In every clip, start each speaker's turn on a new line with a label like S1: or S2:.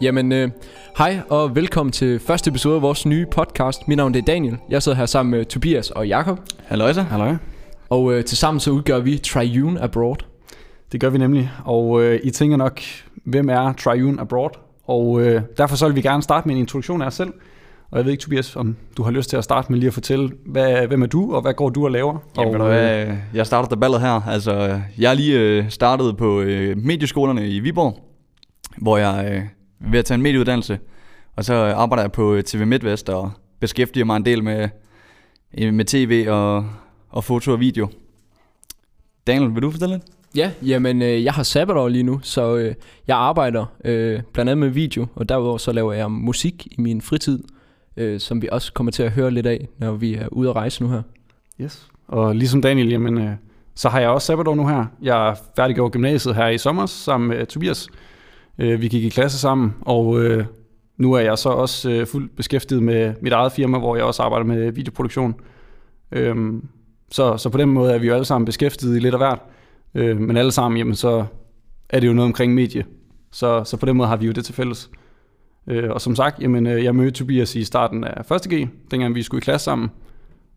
S1: Jamen, øh, hej og velkommen til første episode af vores nye podcast. Mit navn det er Daniel. Jeg sidder her sammen med Tobias og Jakob.
S2: Halløjsa.
S3: Halløj.
S1: Og øh, tilsammen så udgør vi Triune Abroad.
S3: Det gør vi nemlig, og øh, I tænker nok, hvem er Triune Abroad? Og øh, derfor så vil vi gerne starte med en introduktion af os selv. Og jeg ved ikke, Tobias, om du har lyst til at starte med lige at fortælle, hvad, hvem er du, og hvad går du og laver?
S2: Jamen, ved
S3: og,
S2: du hvad, øh, jeg starter der ballet her. Altså, øh, jeg er lige øh, startet på øh, medieskolerne i Viborg, hvor jeg øh, er ved at tage en medieuddannelse. Og så øh, arbejder jeg på øh, TV MidtVest og beskæftiger mig en del med, øh, med tv og, og foto og video. Daniel, vil du fortælle lidt?
S1: Ja, jamen øh, jeg har sabbatår lige nu, så øh, jeg arbejder øh, blandt andet med video, og derudover så laver jeg musik i min fritid, øh, som vi også kommer til at høre lidt af, når vi er ude at rejse nu her.
S3: Yes. Og ligesom Daniel, jamen, øh, så har jeg også sabbatår nu her. Jeg færdiggjorde gymnasiet her i sommer sammen med Tobias. Øh, vi gik i klasse sammen, og øh, nu er jeg så også øh, fuldt beskæftiget med mit eget firma, hvor jeg også arbejder med videoproduktion. Øhm, så, så på den måde er vi jo alle sammen beskæftiget i lidt af hvert. Øh, men alle sammen, jamen, så er det jo noget omkring medie. Så, så på den måde har vi jo det til fælles. Øh, og som sagt, jamen, øh, jeg mødte Tobias i starten af 1.G, dengang vi skulle i klasse sammen.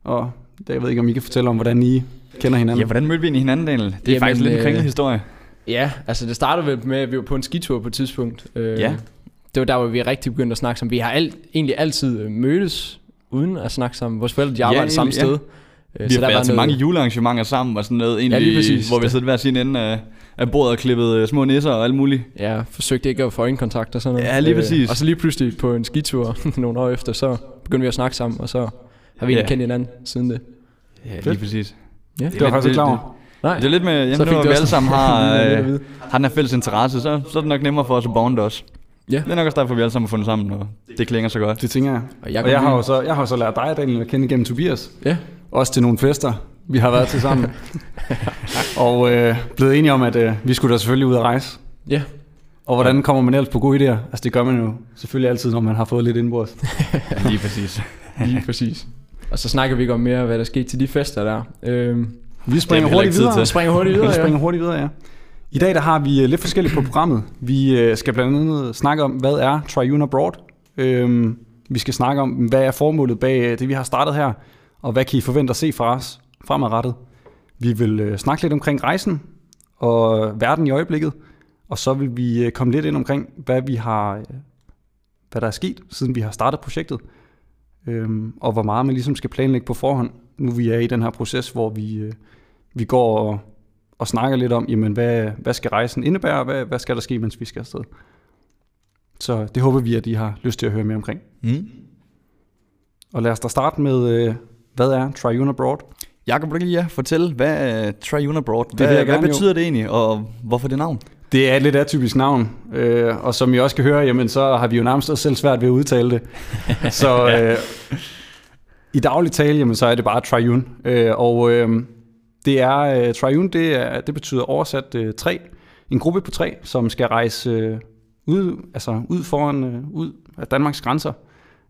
S3: Og jeg ved ikke, om I kan fortælle om, hvordan I kender hinanden.
S2: Ja, hvordan mødte vi egentlig hinanden, Daniel? Det er
S1: Jamen,
S2: Jamen, faktisk lidt en
S1: øh,
S2: kringlet historie.
S1: Ja, altså det startede vel med, at vi var på en skitur på et tidspunkt. Øh,
S2: Ja.
S1: Det var der, hvor vi rigtig begyndte at snakke sammen. Vi har alt, egentlig altid øh, mødtes uden at snakke sammen. Vores forældre de
S2: Ja,
S1: arbejder ja, samme
S2: egentlig,
S1: sted. Øh,
S2: ja.
S1: Ja.
S2: Vi har været til mange julearrangementer sammen og sådan noget, egentlig,
S1: lige præcis.
S2: hvor vi sidder hver sin ende af, af bordet og klippet øh, små nisser og alt muligt.
S1: Ja, forsøgte ikke at få øjenkontakt og sådan noget. Øh,
S2: Ja, lige præcis.
S1: og så lige pludselig på en skitur nogle år efter, så begyndte vi at snakke sammen, og så har vi egentlig
S2: Ja.
S1: kendt hinanden siden det.
S2: Ja, lige præcis.
S1: Ja.
S2: er
S3: det var
S2: lidt-
S3: jeg faktisk ikke klar over.
S1: Nej,
S2: Det er lidt med, jamen,
S1: Så
S2: så
S1: fik
S2: det var,
S1: du
S2: vi
S1: også
S2: alle sammen har,
S1: lidt at
S2: øh,
S1: vide.
S2: har den her fælles interesse, så, så er det nok nemmere for os at bonde os.
S1: Ja.
S2: Det er nok også derfor, vi alle sammen har fundet sammen, og det klinger så godt.
S3: Det tænker jeg.
S1: Og
S3: Og
S1: jeg
S3: jeg,
S1: kom
S3: og jeg har
S1: lige-
S3: jo så, jeg har jo så lært dig, Daniel, at kende gennem Tobias.
S1: Ja.
S3: Også til nogle fester, vi har været til sammen. og øh, blevet enige om, at øh, vi skulle da selvfølgelig ud at rejse.
S1: Ja.
S3: Og hvordan kommer man ellers på gode idéer? Altså det gør man jo selvfølgelig altid, når man har fået lidt indbords.
S2: Lige præcis.
S1: lige præcis. Og så snakker vi ikke om mere, hvad der skete til de fester der. Øhm,
S3: Vi
S2: Det har
S3: springer
S2: vi heller ikke
S3: hurtigt
S2: tid
S3: videre.
S2: til.
S1: vi springer hurtigt
S3: Vi
S1: videre, ja.
S3: springer hurtigt videre, ja. I dag der har vi øh, lidt forskelligt på programmet. Vi øh, skal blandt andet snakke om, hvad er Triune Abroad? Øhm, vi skal snakke om, hvad er formålet bag øh, det, vi har startet her, og hvad kan I forvente at se fra os fremadrettet? Vi vil øh, snakke lidt omkring rejsen og verden i øjeblikket, og så vil vi øh, komme lidt ind omkring, hvad vi har, øh, hvad der er sket, siden vi har startet projektet, øhm, og hvor meget man ligesom skal planlægge på forhånd, nu vi er i den her proces, hvor vi, øh, vi går og og snakker lidt om, jamen, hvad, hvad skal rejsen indebære, og hvad, hvad skal der ske, mens vi skal afsted. Så det håber vi, at I har lyst til at høre mere omkring.
S2: Mm.
S3: Og lad os da starte med, øh, hvad er Triune Abroad?
S2: Jakob, vil du ikke lige ja, fortælle, hvad uh, Triune Abroad,
S3: vil
S2: hvad,
S3: jeg
S2: hvad
S3: gerne, jo.
S2: betyder det egentlig, og hvorfor det navn?
S3: Det er et lidt atypisk navn, øh, og som I også kan høre, jamen, så har vi jo nærmest også selv svært ved at udtale det. Så øh, i daglig tale, jamen, så er det bare triune. Øh, og øh, det er, øh, triune, det, er, det betyder oversat øh, tre. En gruppe på tre, som skal rejse øh, ud, altså ud foran, øh, ud af Danmarks grænser.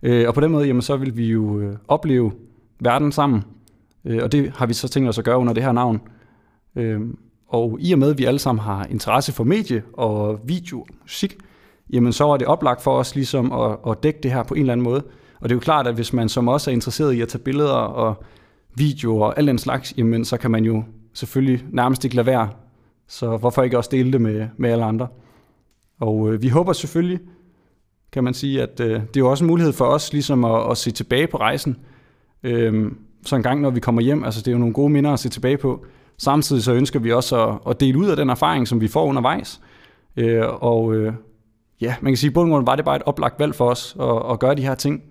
S3: Øh, og på den måde, jamen, så vil vi jo øh, opleve verden sammen. Øh, og det har vi så tænkt os at gøre under det her navn. Øh, og i og med, at vi alle sammen har interesse for medie og video og musik, jamen så er det oplagt for os ligesom at, at dække det her på en eller anden måde. Og det er jo klart, at hvis man som også er interesseret i at tage billeder og videoer og alt den slags, jamen så kan man jo selvfølgelig nærmest ikke lade være. Så hvorfor ikke også dele det med, med alle andre? Og øh, vi håber selvfølgelig, kan man sige, at øh, det er jo også en mulighed for os ligesom at, at se tilbage på rejsen. Øh, så en gang, når vi kommer hjem, altså det er jo nogle gode minder at se tilbage på. Samtidig så ønsker vi også at, at dele ud af den erfaring, som vi får undervejs. Øh, og øh, ja, man kan sige, at bund og grund var det bare et oplagt valg for os at, at gøre de her ting.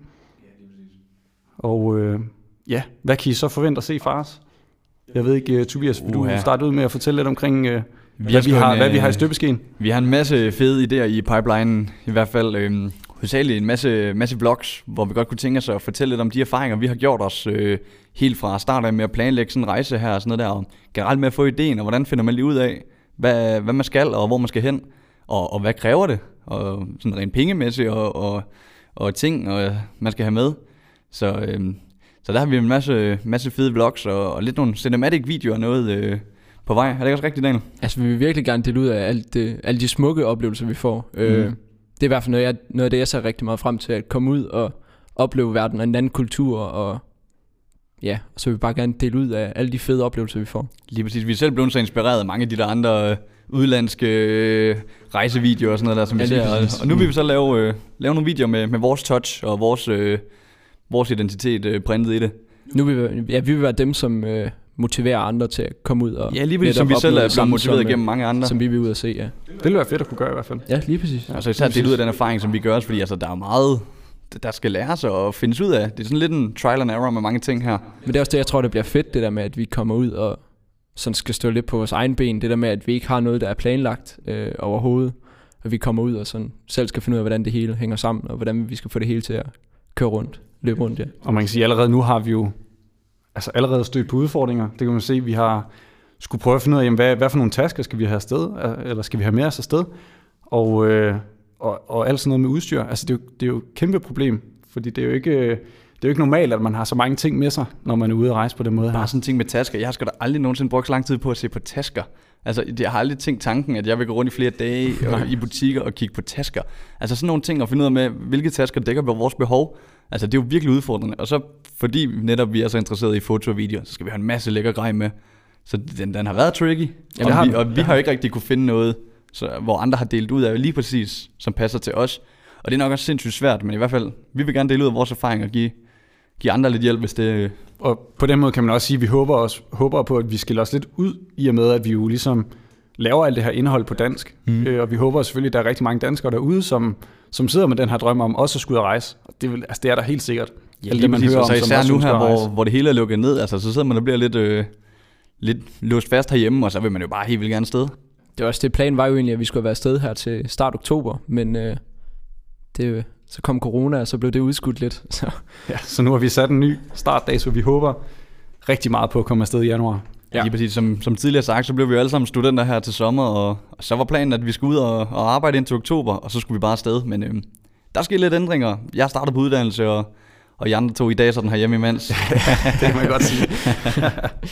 S3: Og øh, ja, hvad kan I så forvente at se fra os? Jeg ved ikke, øh, Tobias, vil du
S2: Uha.
S3: starte ud med at fortælle lidt omkring, øh, hvad,
S2: har
S3: vi
S2: sgu
S3: har,
S2: en,
S3: hvad vi har i
S2: øh,
S3: støbeskeen?
S2: Vi har en masse fede idéer i pipelinen, i hvert fald øhm, hovedsageligt en masse, masse vlogs, hvor vi godt kunne tænke os at fortælle lidt om de erfaringer, vi har gjort os øh, helt fra start af med at planlægge sådan en rejse her og sådan noget der, og generelt med at få ideen, og hvordan finder man lige ud af, hvad, hvad man skal, og hvor man skal hen, og, og hvad kræver det, og sådan rent pengemæssigt, og, og, og ting, og, øh, man skal have med. Så, øhm, så der har vi en masse, masse fede vlogs, og, og lidt nogle cinematic videoer og noget øh, på vej. Er det ikke også rigtigt, Daniel? Mhm.
S1: Altså, vi vil virkelig gerne dele ud af alt det, alle de smukke oplevelser, vi får. Mm. Øh, det er i hvert fald noget, jeg, noget af det, jeg ser rigtig meget frem til, at komme ud og opleve verden og en anden kultur, og ja, og så vil vi bare gerne dele ud af alle de fede oplevelser, vi får.
S2: Lige præcis. Vi er selv blevet så inspireret af mange af de der andre øh, udenlandske øh, rejsevideoer og sådan noget der, som
S1: Ja,
S2: vi
S1: lige
S2: ser. Og,
S1: præcis.
S2: og nu vil vi så lave, øh, lave nogle videoer med, med vores touch og vores, øh, vores identitet øh, printet i det.
S1: Nu vil vi, ja, vi vil være dem, som øh, motiverer andre til at komme ud og
S2: Ja, lige præcis, som vi
S1: netop
S2: selv
S1: opleve
S2: er
S1: det
S2: blevet
S1: samme,
S2: motiveret
S1: som, øh,
S2: gennem mange andre.
S1: som vi vil ud og se, ja.
S3: Det ville være fedt at kunne gøre i hvert fald.
S1: Ja, lige præcis.
S2: Og så altså, især dele ud af den erfaring, som vi gør os, fordi altså, der er meget, der skal læres og findes ud af. Det er sådan lidt en trial and error med mange ting her.
S1: Men det er også det, jeg tror, det bliver fedt, det der med, at vi kommer ud og sådan skal stå lidt på vores egen ben. Det der med, at vi ikke har noget, der er planlagt øh, overhovedet. Og vi kommer ud og sådan selv skal finde ud af, hvordan det hele hænger sammen, og hvordan vi skal få det hele til at køre rundt, løbe rundt, ja.
S3: Og man kan sige, at allerede nu har vi jo altså allerede stødt på udfordringer. Det kan man se, vi har skulle prøve at finde ud af, jamen, hvad, hvad for nogle tasker skal vi have afsted, Øh, eller skal vi have med os afsted? Og, øh, og, og alt sådan noget med udstyr. Altså det er, jo, det er jo et kæmpe problem, fordi det er jo ikke, øh, det er jo ikke normalt, at man har så mange ting med sig, når man er ude at rejse på den måde
S2: Bare
S3: her.
S2: sådan en ting med tasker. Jeg har sgu da aldrig nogensinde brugt så lang tid på at se på tasker. Altså, jeg har aldrig tænkt tanken, at jeg vil gå rundt i flere dage og, i butikker og kigge på tasker. Altså sådan nogle ting og finde ud af med, hvilke tasker dækker vores behov. Altså, det er jo virkelig udfordrende. Og så fordi netop vi er så interesserede i foto og video, så skal vi have en masse lækker grej med. Så den, den har været tricky.
S3: det
S2: Jamen,
S3: har
S2: og, vi,
S3: den.
S2: og vi har jo ikke rigtig kunne finde noget, så, hvor andre har delt ud af lige præcis, som passer til os. Og det er nok også sindssygt svært, men i hvert fald, vi vil gerne dele ud af vores erfaringer og give, give andre lidt hjælp, hvis det, øh,
S3: Og på den måde kan man også sige, at vi håber, også, håber på, at vi skiller os lidt ud, i og med, at vi jo ligesom laver alt det her indhold på dansk. Mm. Øh, og vi håber selvfølgelig, at der er rigtig mange danskere derude, som, som sidder med den her drøm om også at skulle ud og rejse. Og det, vil, altså, det er der helt sikkert.
S2: Ja,
S3: Alt
S2: lige
S3: det, man
S2: præcis,
S3: hører
S2: og så
S3: om, som
S2: især
S3: også
S2: nu
S3: ønsker
S2: her,
S3: at rejse.
S2: hvor, hvor det hele er lukket ned, altså så sidder man og bliver lidt, øh, lidt låst fast herhjemme, og så vil man jo bare helt vildt gerne afsted.
S1: Det var også det, planen var jo egentlig, at vi skulle være afsted her til start oktober, men øh, det, så kom corona, og så blev det udskudt lidt. Så
S3: Ja, så nu har vi sat en ny startdag, så vi håber rigtig meget på at komme afsted i januar.
S1: Ja.
S2: Ja. Lige præcis, som, som tidligere sagt, så blev vi jo alle sammen studenter her til sommer, og, og så var planen, at vi skulle ud og, og arbejde indtil oktober, og så skulle vi bare afsted, men øh, der skete lidt ændringer. Jeg startede på uddannelse, og, og I andre to i dag sådan herhjemme imens.
S3: det kan man godt sige.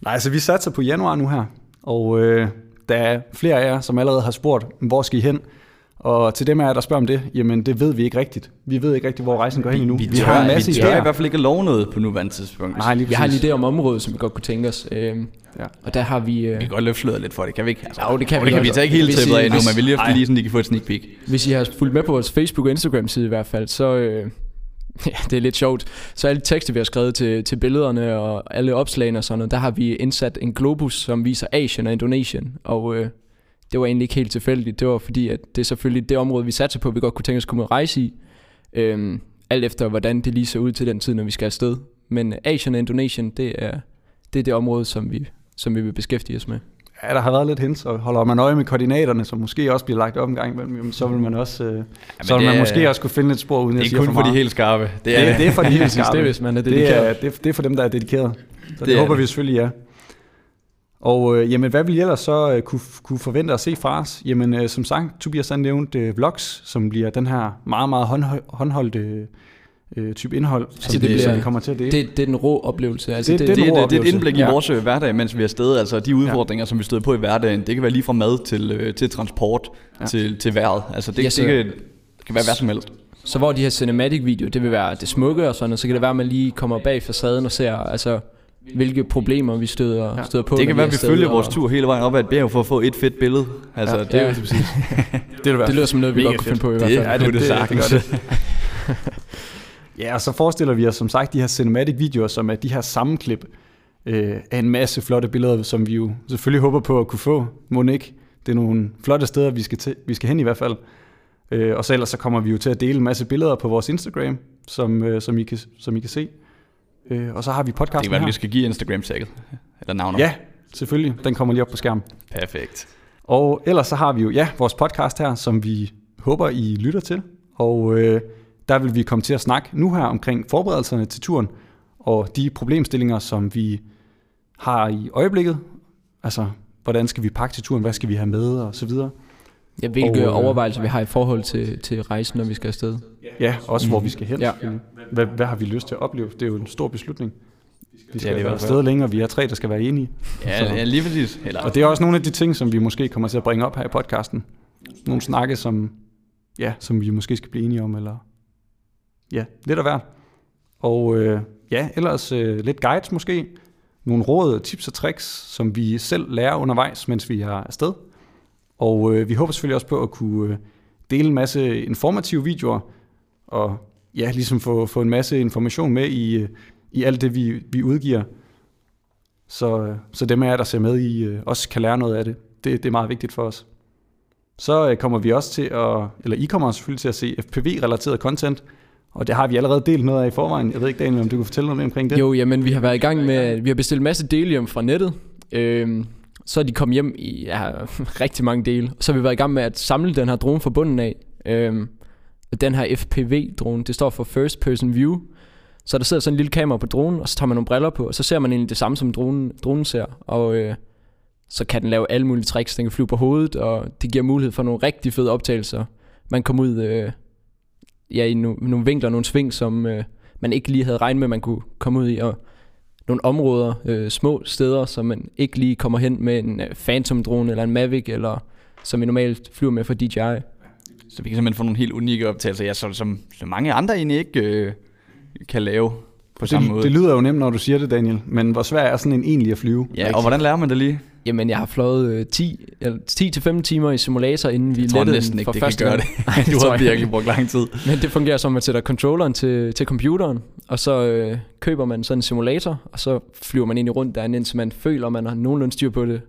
S3: Nej, så vi satser på januar nu her, og øh, der er flere af jer, som allerede har spurgt, hvor skal I hen? Og til dem af jer, der spørger om det, jamen det ved vi ikke rigtigt. Vi ved ikke rigtigt, hvor rejsen går hen endnu.
S2: vi
S3: vi har en
S2: tør,
S3: masse
S2: vi tør i
S3: idéer.
S2: hvert fald ikke at love noget på nuværende tidspunkt.
S3: Nej, lige
S1: vi har en
S3: præcis.
S1: idé om området, som vi godt kunne tænke os. Øh,
S3: Ja.
S1: ja. Og der har vi... Øh,
S2: Vi kan godt løfte sløret lidt for det, kan vi ikke? Altså,
S1: Jo, det kan
S2: og
S1: vi
S2: det kan
S1: godt.
S2: vi tage ikke helt
S1: Hvis I-
S2: tæppet af endnu,
S1: hvis-
S2: men vi løfter lige sådan, de kan få et sneak peek.
S1: Hvis I har fulgt med på vores Facebook og Instagram side i hvert fald, så øh, ja, det er lidt sjovt. Så alle tekster, vi har skrevet til, til billederne og alle opslagene og sådan noget, der har vi indsat en globus, som viser Asien og Indonesien. Og øh, det var egentlig ikke helt tilfældigt. Det var fordi, at det er selvfølgelig det område, vi satser på, vi godt kunne tænke os at komme ud og rejse i. Øh, alt efter, hvordan det lige ser ud til den tid, når vi skal afsted. Men Asien og Indonesien, det er det, er det område, som vi, som vi vil beskæftige os med.
S3: Ja, der har været lidt hints, og holder man øje med koordinaterne, som måske også bliver lagt op en gang imellem, jamen, så vil man også, øh, så vil
S2: det
S3: man
S2: er-
S3: måske også kunne finde et spor, uden
S2: Det
S3: jeg
S2: er
S3: siger
S2: kun
S3: for
S2: for
S3: meget.
S2: de helt skarpe.
S3: det, er, det er for de helt
S1: Det er,
S3: skarpe.
S1: hvis man er
S3: Det
S1: dedikeret.
S3: er, det, er- det er for dem, der er dedikeret. Så det,
S2: Det
S3: det
S2: er
S3: håber
S2: det.
S3: vi selvfølgelig, ja. Og øh, jamen, hvad vil I ellers så øh, kunne, kunne forvente at se fra os? Jamen, øh, som sagt, Tobias han nævnte øh, vlogs, som bliver den her meget, meget håndho- håndholdte øh, type indhold, som, altså,
S1: det
S3: det, bliver, som
S1: bliver-
S3: vi kommer til at dele. Det,
S1: Det, det er den rå oplevelse. Altså,
S3: Det-
S1: det,
S3: det er
S1: det,
S3: den
S2: det,
S3: rå
S2: det, det er et
S3: oplevelse.
S2: indblik
S3: Ja.
S2: i vores øh, hverdag, mens vi er afsted. Altså de udfordringer, ja. som vi støder på i hverdagen. Det kan være lige fra mad til, øh, til transport,
S3: Ja.
S2: ja. til, til vejret. Altså det,
S1: Yes,
S2: yes, det, kan, det kan være hvad som helst.
S1: Så hvor de her cinematic-videoer, det vil være det smukke og sådan noget, så kan det være, at man lige kommer bag facaden og ser, altså, hvilke problemer vi støder,
S3: Ja.
S1: ja. støder på.
S2: det
S1: når
S2: kan være,
S1: er
S2: at vi
S1: afsted,
S2: følger
S1: og-
S2: vores tur hele vejen op ad et bjerg for at få et fedt billede. Altså
S3: Ja.
S2: ja. det er
S1: Ja.
S2: jo præcis.
S3: det, det,
S1: Det lyder som noget, vi
S3: Mega
S1: godt kunne
S3: fedt.
S1: finde på i hvert
S2: Det
S1: fald.
S2: er det, det, sagtens.
S3: det Ja, og så forestiller vi os som sagt de her cinematic videoer, som er de her sammenklip øh, af en masse flotte billeder, som vi jo selvfølgelig håber på at kunne få. Må ikke? Det er nogle flotte steder, vi skal, til, vi skal hen i hvert fald. Øh, og så ellers så kommer vi jo til at dele en masse billeder på vores Instagram, som, øh, som, I, kan, som I kan se. Øh, og så har vi
S2: det
S3: podcasten
S2: kan være, at vi
S3: her.
S2: skal give Instagram tagget. Eller navnet.
S3: Ja, selvfølgelig. Den kommer lige op på skærmen.
S2: Perfekt.
S3: Og ellers så har vi jo, ja, vores podcast her, som vi håber, I lytter til. Og øh, der vil vi komme til at snakke nu her omkring forberedelserne til turen, og de problemstillinger, som vi har i øjeblikket. Altså, hvordan skal vi pakke til turen, hvad skal vi have med, og så videre.
S1: Ja, hvilke
S3: Og, øh,
S1: overvejelser vi har i forhold til, til rejsen, når vi skal afsted.
S3: Ja, også hvor vi skal hen.
S1: Ja.
S3: selvfølgelig. Hvad, hvad har vi lyst til at opleve? Det er jo en stor beslutning. Vi
S2: er det i
S3: skal ja, være
S2: hvert fald.
S3: afsted længere, vi er tre, der skal være enige.
S2: Ja, ja lige præcis. Eller,
S3: Og det er også nogle af de ting, som vi måske kommer til at bringe op her i podcasten. Nogle snakke, som ja, som vi måske skal blive enige om, eller ja, lidt af hvert. Og øh, ja, ellers øh, lidt guides måske, nogle råd, tips og tricks, som vi selv lærer undervejs, mens vi er afsted. Og øh, vi håber selvfølgelig også på at kunne øh, dele en masse informative videoer, og ja, ligesom få, få en masse information med i, øh, i alt det, vi, vi udgiver. Så, øh, så dem af jer, der ser med i, øh, også kan lære noget af det. Det, det er meget vigtigt for os. Så øh, kommer vi også til at, eller I kommer selvfølgelig til at se FPV-relateret content, og det har vi allerede delt noget af i forvejen. Jeg ved ikke, Daniel, om du kan fortælle noget mere omkring det?
S1: Jo, jamen vi har været i gang med, vi har bestilt en masse dele hjem fra nettet. Øhm, så er de kommet hjem i ja, rigtig mange dele. Så har vi været i gang med at samle den her drone fra bunden af. Øhm, den her FPV-drone, det står for First Person View. Så der sidder sådan en lille kamera på dronen, og så tager man nogle briller på, og så ser man egentlig det samme, som dronen, dronen ser. Og øh, så kan den lave alle mulige tricks. Den kan flyve på hovedet, og det giver mulighed for nogle rigtig fede optagelser. Man kommer ud øh, ja, i no- nogle vinkler, nogle sving, som øh, man ikke lige havde regnet med, man kunne komme ud i. Og nogle områder, øh, små steder, som man ikke lige kommer hen med en øh, Phantom-drone eller en Mavic, eller som vi normalt flyver med for DJI.
S2: Så vi kan simpelthen få nogle helt unikke optagelser, ja, som, som, som mange andre egentlig ikke øh, kan lave på samme
S3: det,
S2: måde.
S3: det lyder jo nemt, når du siger det, Daniel, men hvor svært er sådan en egentlig at flyve?
S2: ja, og hvordan lærer man det lige?
S1: Jamen, jeg har fløjet øh, 10, eller 10-15 timer i simulator, inden vi
S2: Jeg tror
S1: lettede
S2: næsten
S1: den
S2: ikke,
S1: for
S2: det kan
S1: første
S2: gøre
S1: gang.
S2: det.
S1: Ej,
S2: Du
S1: tror
S2: har
S1: jeg
S2: virkelig brugt lang tid.
S1: Men det fungerer som, at man sætter controlleren til, til computeren, og så øh, køber man sådan en simulator, og så flyver man egentlig rundt derinde, indtil man føler, man har nogenlunde styr på det,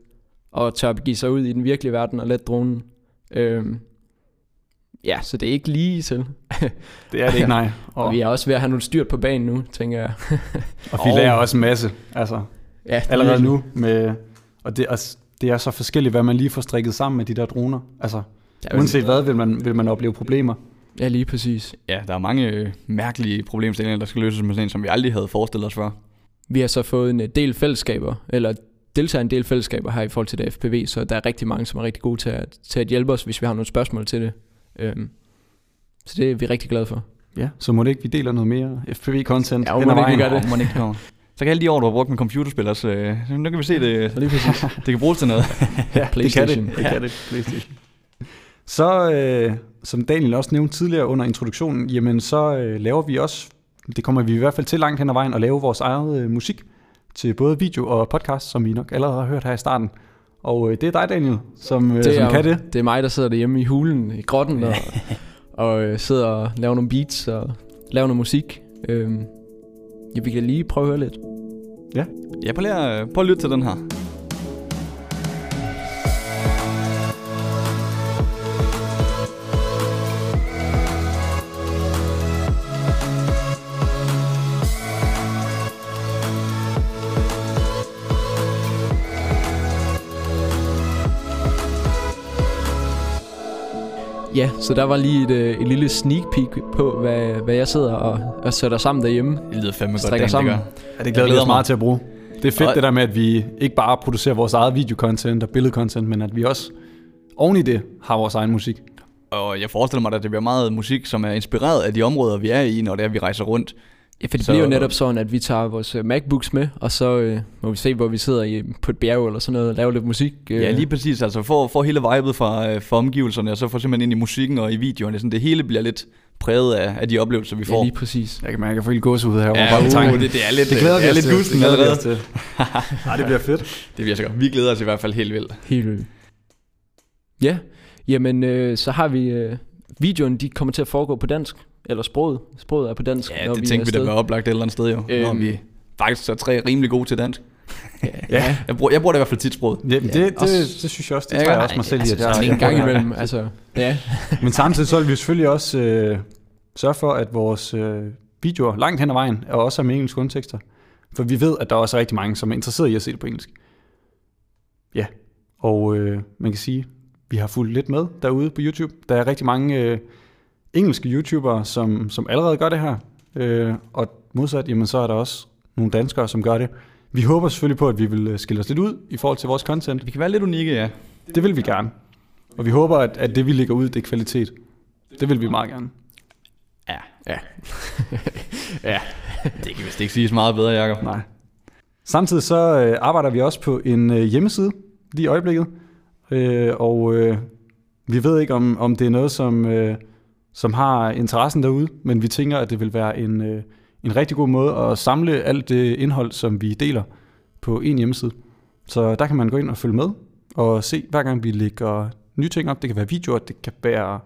S1: og tør begive sig ud i den virkelige verden og lette dronen. Øhm, ja, så det er ikke lige til.
S3: Det er det ikke, nej. Og,
S1: Og vi er også ved at have nogle styrt på banen nu, tænker jeg.
S3: og vi
S2: og-
S3: lærer også en masse, altså
S1: ja, det er
S3: allerede
S1: virkelig-
S3: nu. Med, og det, altså, det er så forskelligt, hvad man lige får strikket sammen med de der droner. Altså,
S1: Ja,
S3: uanset hvad, vil man, vil man opleve problemer.
S1: Ja, lige præcis.
S2: Ja, der er mange øh, mærkelige problemstillinger, der skal løses med sådan en, som vi aldrig havde forestillet os før.
S1: Vi har så fået en øh, del fællesskaber, eller deltager i en del fællesskaber her i forhold til det FPV, så der er rigtig mange, som er rigtig gode til at, til at hjælpe os, hvis vi har nogle spørgsmål til det. Øhm, så det er vi rigtig glade for.
S3: Ja, så må det ikke, vi deler noget mere FPV-content
S1: Ja, må det ikke, vi gør det.
S2: Nå, mon ikke kommer. Så kan alle de år, du har brugt med computerspil også, øh, nu kan vi se, det,
S1: Lige præcis.
S2: det kan bruges til noget.
S3: ja, det kan det.
S1: PlayStation.
S3: det, kan det. PlayStation. Så øh, som Daniel også nævnte tidligere under introduktionen, jamen så øh, laver vi også, det kommer vi i hvert fald til langt hen ad vejen, at lave vores eget øh, musik til både video og podcast, som I nok allerede har hørt her i starten. Og øh, det er dig, Daniel, som, øh, som
S1: jo-
S3: kan det.
S1: det er mig, der sidder derhjemme i hulen, i grotten, og, og øh, sidder og laver nogle beats og laver noget musik. Øhm, ja, vi kan lige prøve at høre lidt.
S2: Ja, prøv lige at, øh, prøv at lytte til den her.
S1: Ja, så der var lige et, øh, et lille sneak peek på, hvad, hvad jeg sidder og, og sætter sammen derhjemme.
S2: Det lyder fandme godt,
S1: Strikker
S2: Dan,
S1: sammen.
S2: Det
S3: Ja, det glæder vi
S2: glæder
S3: os
S2: mig.
S3: meget til at bruge. Det er fedt
S2: Og-
S3: det der med, at vi ikke bare producerer vores eget videocontent og billedcontent, men at vi også oven i det har vores egen musik.
S2: gør. Og jeg forestiller mig, at det bliver meget musik, som er inspireret af de områder, vi er i, når det er, vi rejser rundt.
S1: Ja, for det
S2: Så-
S1: så... bliver jo netop sådan, at vi tager vores øh, MacBooks med, og så øh, må vi se, hvor vi sidder i, på et bjerg eller sådan noget og laver lidt musik. Øh,
S2: Ja, lige præcis. Altså få, få hele vibet fra, øh, fra omgivelserne, og så få simpelthen ind i musikken og i videoerne. Sådan, det hele bliver lidt præget af, af de oplevelser, vi
S1: Ja,
S2: får.
S1: lige præcis.
S3: Jeg kan mærke, at jeg får helt gåsehud herovre.
S2: Ja,
S3: bare ved
S2: uh,
S3: tanken.
S2: det- det er lidt-
S3: det glæder
S2: det
S3: vi
S2: er
S3: os
S2: lidt
S3: til.
S2: gusten
S3: Det glæder vi
S2: allerede.
S3: os til. Ej, det bliver fedt.
S2: Det bliver så godt. Vi glæder os i hvert fald helt vildt.
S1: Helt vildt. Ja, jamen øh, så har vi... Øh, videoen, de kommer til at foregå på dansk, eller sproget. Sproget er på dansk,
S2: Ja,
S1: når
S2: det
S1: vi
S2: tænkte
S1: er
S2: vi da
S1: afsted.
S2: var oplagt et eller andet sted jo. Øhm. Når
S1: Øhm.
S2: vi faktisk er tre rimelig gode til dansk.
S3: Ja,
S2: Jeg bruger, jeg bruger det i hvert fald tit sproget.
S3: Jamen, det,
S1: Ja,
S3: det,
S1: også-
S3: det, det synes jeg også, det
S2: Ja,
S3: tager jeg
S2: nej,
S3: også mig selv i.
S1: altså,
S3: at jeg-
S1: sådan en gang imellem. Altså, ja.
S3: Men samtidig så vil vi selvfølgelig også øh, sørge for, at vores øh, videoer langt hen ad vejen er også med engelske undertekster. For vi ved, at der er også rigtig mange, som er interesseret i at se det på engelsk. Ja, og øh, man kan sige, vi har fulgt lidt med derude på YouTube. Der er rigtig mange øh, engelske YouTubere, som, som allerede gør det her. Øh, og modsat, jamen, så er der også nogle danskere, som gør det. Vi håber selvfølgelig på, at vi vil øh, skille os lidt ud i forhold til vores content.
S2: Vi kan være lidt unikke, ja.
S3: Det vil vi gerne. Og vi håber, at, at det, vi lægger ud, det er kvalitet. Det vil vi meget gerne.
S2: Ja,
S1: ja.
S2: det kan vist ikke siges meget bedre, Jacob.
S3: Nej. Samtidig så øh, arbejder vi også på en øh, hjemmeside lige i øjeblikket. Øh, og øh, vi ved ikke, om, om det er noget, som, øh, som har interessen derude, men vi tænker, at det vil være en, øh, en rigtig god måde at samle alt det indhold, som vi deler på en hjemmeside. Så der kan man gå ind og følge med og se, hver gang vi lægger nye ting op. Det kan være videoer, det kan være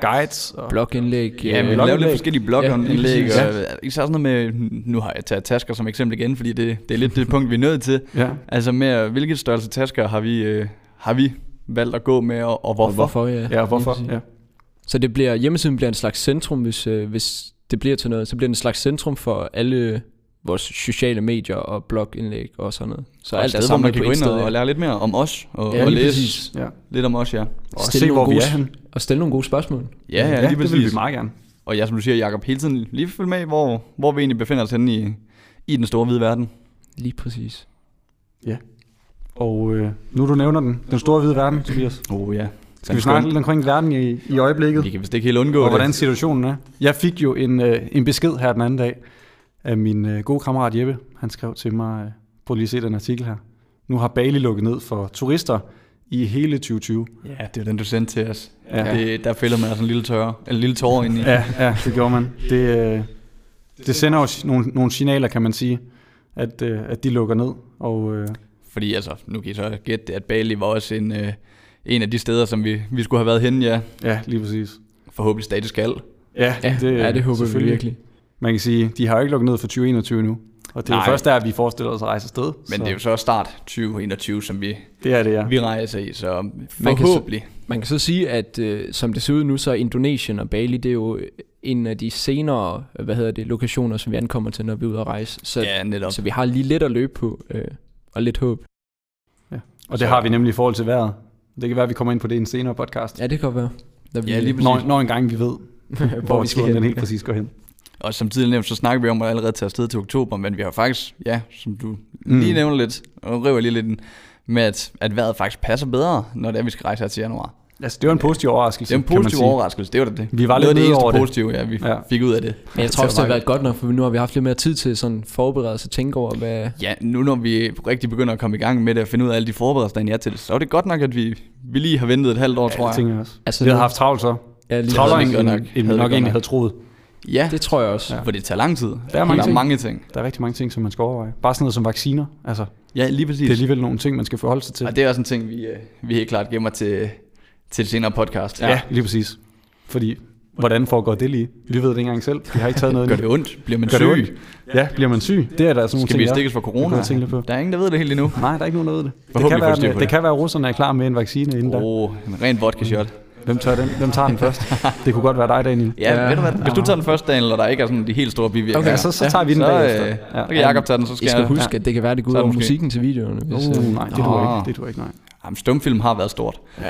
S3: guides. Og
S1: Blogindlæg.
S2: Ja,
S1: øh,
S2: men
S3: blog-
S2: lave lidt
S3: blogindlæg.
S2: forskellige
S1: Ja, lige
S2: blogindlæg.
S1: præcis.
S2: Ja, ja. Især sådan noget med, nu har jeg taget tasker som eksempel igen, fordi det, det er lidt det punkt, vi er nødt til.
S3: ja.
S2: Altså med, øh, hvilke størrelse tasker har vi, øh, har vi valgt at gå med, og, og hvorfor?
S1: og hvorfor ja.
S3: ja, og
S1: Lige
S3: hvorfor?
S1: præcis.
S3: Ja.
S1: Så det bliver, hjemmesiden bliver en slags centrum, hvis, øh, hvis det bliver til noget. Så bliver den en slags centrum for alle vores sociale medier og blogindlæg og sådan noget. Så
S2: Og
S1: alt er
S2: sted, hvor man
S1: samlet
S2: kan
S1: på
S2: gå
S1: et
S2: ind
S1: sted.
S2: og, og
S1: ja.
S2: lære lidt mere om os, og,
S1: Ja,
S2: og
S1: lige
S2: læse
S1: præcis.
S3: ja.
S2: lidt om os, ja.
S3: Og
S1: Stille
S3: se, hvor
S1: nogle
S3: vi
S1: gode-
S3: er henne.
S1: Og stille nogle gode spørgsmål.
S2: Ja, ja, lige
S3: det
S2: præcis.
S3: vil vi meget gerne.
S2: Og ja, som du siger, Jacob, hele tiden lige følg med, hvor, hvor vi egentlig befinder os henne i, i den store hvide verden.
S1: Lige præcis.
S3: Og øh, nu du nævner den, den store hvide verden, Tobias.
S2: Oh ja.
S3: Skal vi snakke lidt omkring verden i, i øjeblikket?
S2: Vi kan vist ikke helt undgå
S3: og
S2: det.
S3: hvordan situationen er. Jeg fik jo en, øh, en besked her den anden dag af min øh, gode kammerat Jeppe. Han skrev til mig, øh, prøv lige at se den artikel her. Nu har Bali lukket ned for turister i hele 2020.
S2: Ja, det var den, du sendte til os. Ja.
S3: Ja.
S2: Det, der fældede man altså en lille, tørre, en lille tårer ind i.
S3: Ja, ja det gjorde man. Det, øh, det sender jo s- nogle, nogle signaler, kan man sige, at, øh, at de lukker ned. Og øh,
S2: Fordi altså, nu kan I så gætte, det, at Bali var også en, øh, en af de steder, som vi, vi skulle have været henne, ja.
S3: ja, lige præcis.
S2: Forhåbentlig stadig skal.
S3: Ja,
S1: Ja, det, ja, det håber vi
S3: selvfølgelig.
S1: virkelig.
S3: Man kan sige, de har jo ikke lukket ned for 2021 nu. Og det er jo
S2: Nej.
S3: først der, vi forestiller os at rejse afsted.
S2: Men det er jo så start 2021, som vi,
S3: det er det, ja.
S2: vi rejser i, så
S1: så-
S2: forhåbentlig.
S1: Man kan så sige, at øh, som det ser ud nu, så er Indonesien og Bali, det er jo øh, en af de senere, øh, hvad hedder det, lokationer, som vi ankommer til, når vi er ude at rejse. Så,
S2: Ja, netop.
S1: så vi har lige lidt at løbe på, øh, og lidt håb.
S3: Og det har vi nemlig i forhold til vejret. Det kan være, at vi kommer ind på det i en senere podcast.
S1: Ja, det kan godt være. Når vi,
S2: Ja, lige præcis.
S3: Når, når engang vi ved, hvor vi skal den helt præcis går hen.
S2: Og som tidligere nævnt, så snakker vi om at allerede tage afsted til oktober, men vi har faktisk, ja, som du
S3: Mm.
S2: lige nævner lidt, og river lige lidt den, med at, at vejret faktisk passer bedre, når det er, vi skal rejse her til januar.
S3: Altså, det var en positiv
S2: Det
S3: overraskelse,
S2: er en
S3: kan man
S2: positiv
S3: sige.
S2: overraskelse, det var da det.
S3: Vi var
S2: Noget af
S3: lidt
S2: det
S3: nede
S2: eneste
S3: over det.
S2: positive, ja, vi
S3: Ja.
S2: fik ud af det.
S1: Men jeg tror
S3: Det
S1: også,
S3: er
S1: det har
S3: meget
S1: været godt nok, for nu har vi haft lidt mere tid til sådan forberede os og tænke over, hvad...
S2: Ja, nu når vi rigtig begynder at komme i gang med det og finde ud af alle de forberedelser, der egentlig er til det, så er det godt nok, at vi, vi lige har ventet et halvt år, ja, tror
S3: Ja, det
S2: jeg.
S3: tænker jeg også.
S1: Altså,
S3: Vi havde haft travlt så.
S1: ja, lige
S3: Travlere,
S2: det
S3: end,
S2: godt nok.
S3: end,
S2: Havde
S3: end
S2: det
S3: vi nok
S2: godt
S3: egentlig
S2: nok.
S3: havde troet.
S2: Ja,
S1: Det tror jeg også. Ja.
S2: for det tager lang tid. Der
S3: er mange
S2: der er
S3: ting.
S2: mange ting.
S3: Der er rigtig mange ting, som man skal overveje. Bare sådan noget som vacciner. Altså,
S2: Ja, lige præcis.
S3: det er alligevel nogle ting, man skal forholde sig til.
S2: Og det er også en ting, vi, øh, vi helt klart gemmer til, til et senere podcast.
S3: Ja, lige præcis. Fordi, hvordan foregår det lige? Vi ved det ikke engang selv. Vi har ikke taget noget
S2: Gør
S3: endnu.
S2: det ondt? Bliver man
S3: Gør det
S2: syg?
S3: ondt? Ja, bliver man syg? Det er der sådan nogle
S2: Skal
S3: ting,
S2: vi
S3: der er.
S2: stikkes for
S3: Det
S2: corona?
S3: kunne jeg tænke lidt på.
S2: Der er ingen, der ved det helt endnu.
S3: Nej, der er ikke nogen, der ved det. Det
S2: Forhåbentlig
S3: kan,
S2: får
S3: være,
S2: vi styr på
S3: det. det
S2: det.
S3: kan være, at russerne er klar med en vaccine inden da.
S2: Åh, oh, en ren vodka shot.
S3: Hvem tager den? Hvem tager den først? Det kunne godt være dig, Daniel.
S2: Ja,
S1: Ja.
S2: ja, ved du hvad? Hvis du tager den første, Daniel, og der ikke er sådan de helt store bivirkninger.
S3: Okay, så- så tager vi den bagefter.
S2: Øh,
S3: Ja.
S2: så kan Jacob tage den, så skal,
S1: I skal
S2: jeg... Huske.
S1: huske, at det kan være, det går ud
S2: Så er det
S1: over
S2: måske-
S1: musikken til videoerne. Hvis,
S3: Uh,
S1: øh,
S3: nej, det duer
S2: Nå.
S3: ikke. Det duer ikke, nej.
S2: Jamen, stumfilm har været stort.
S3: Det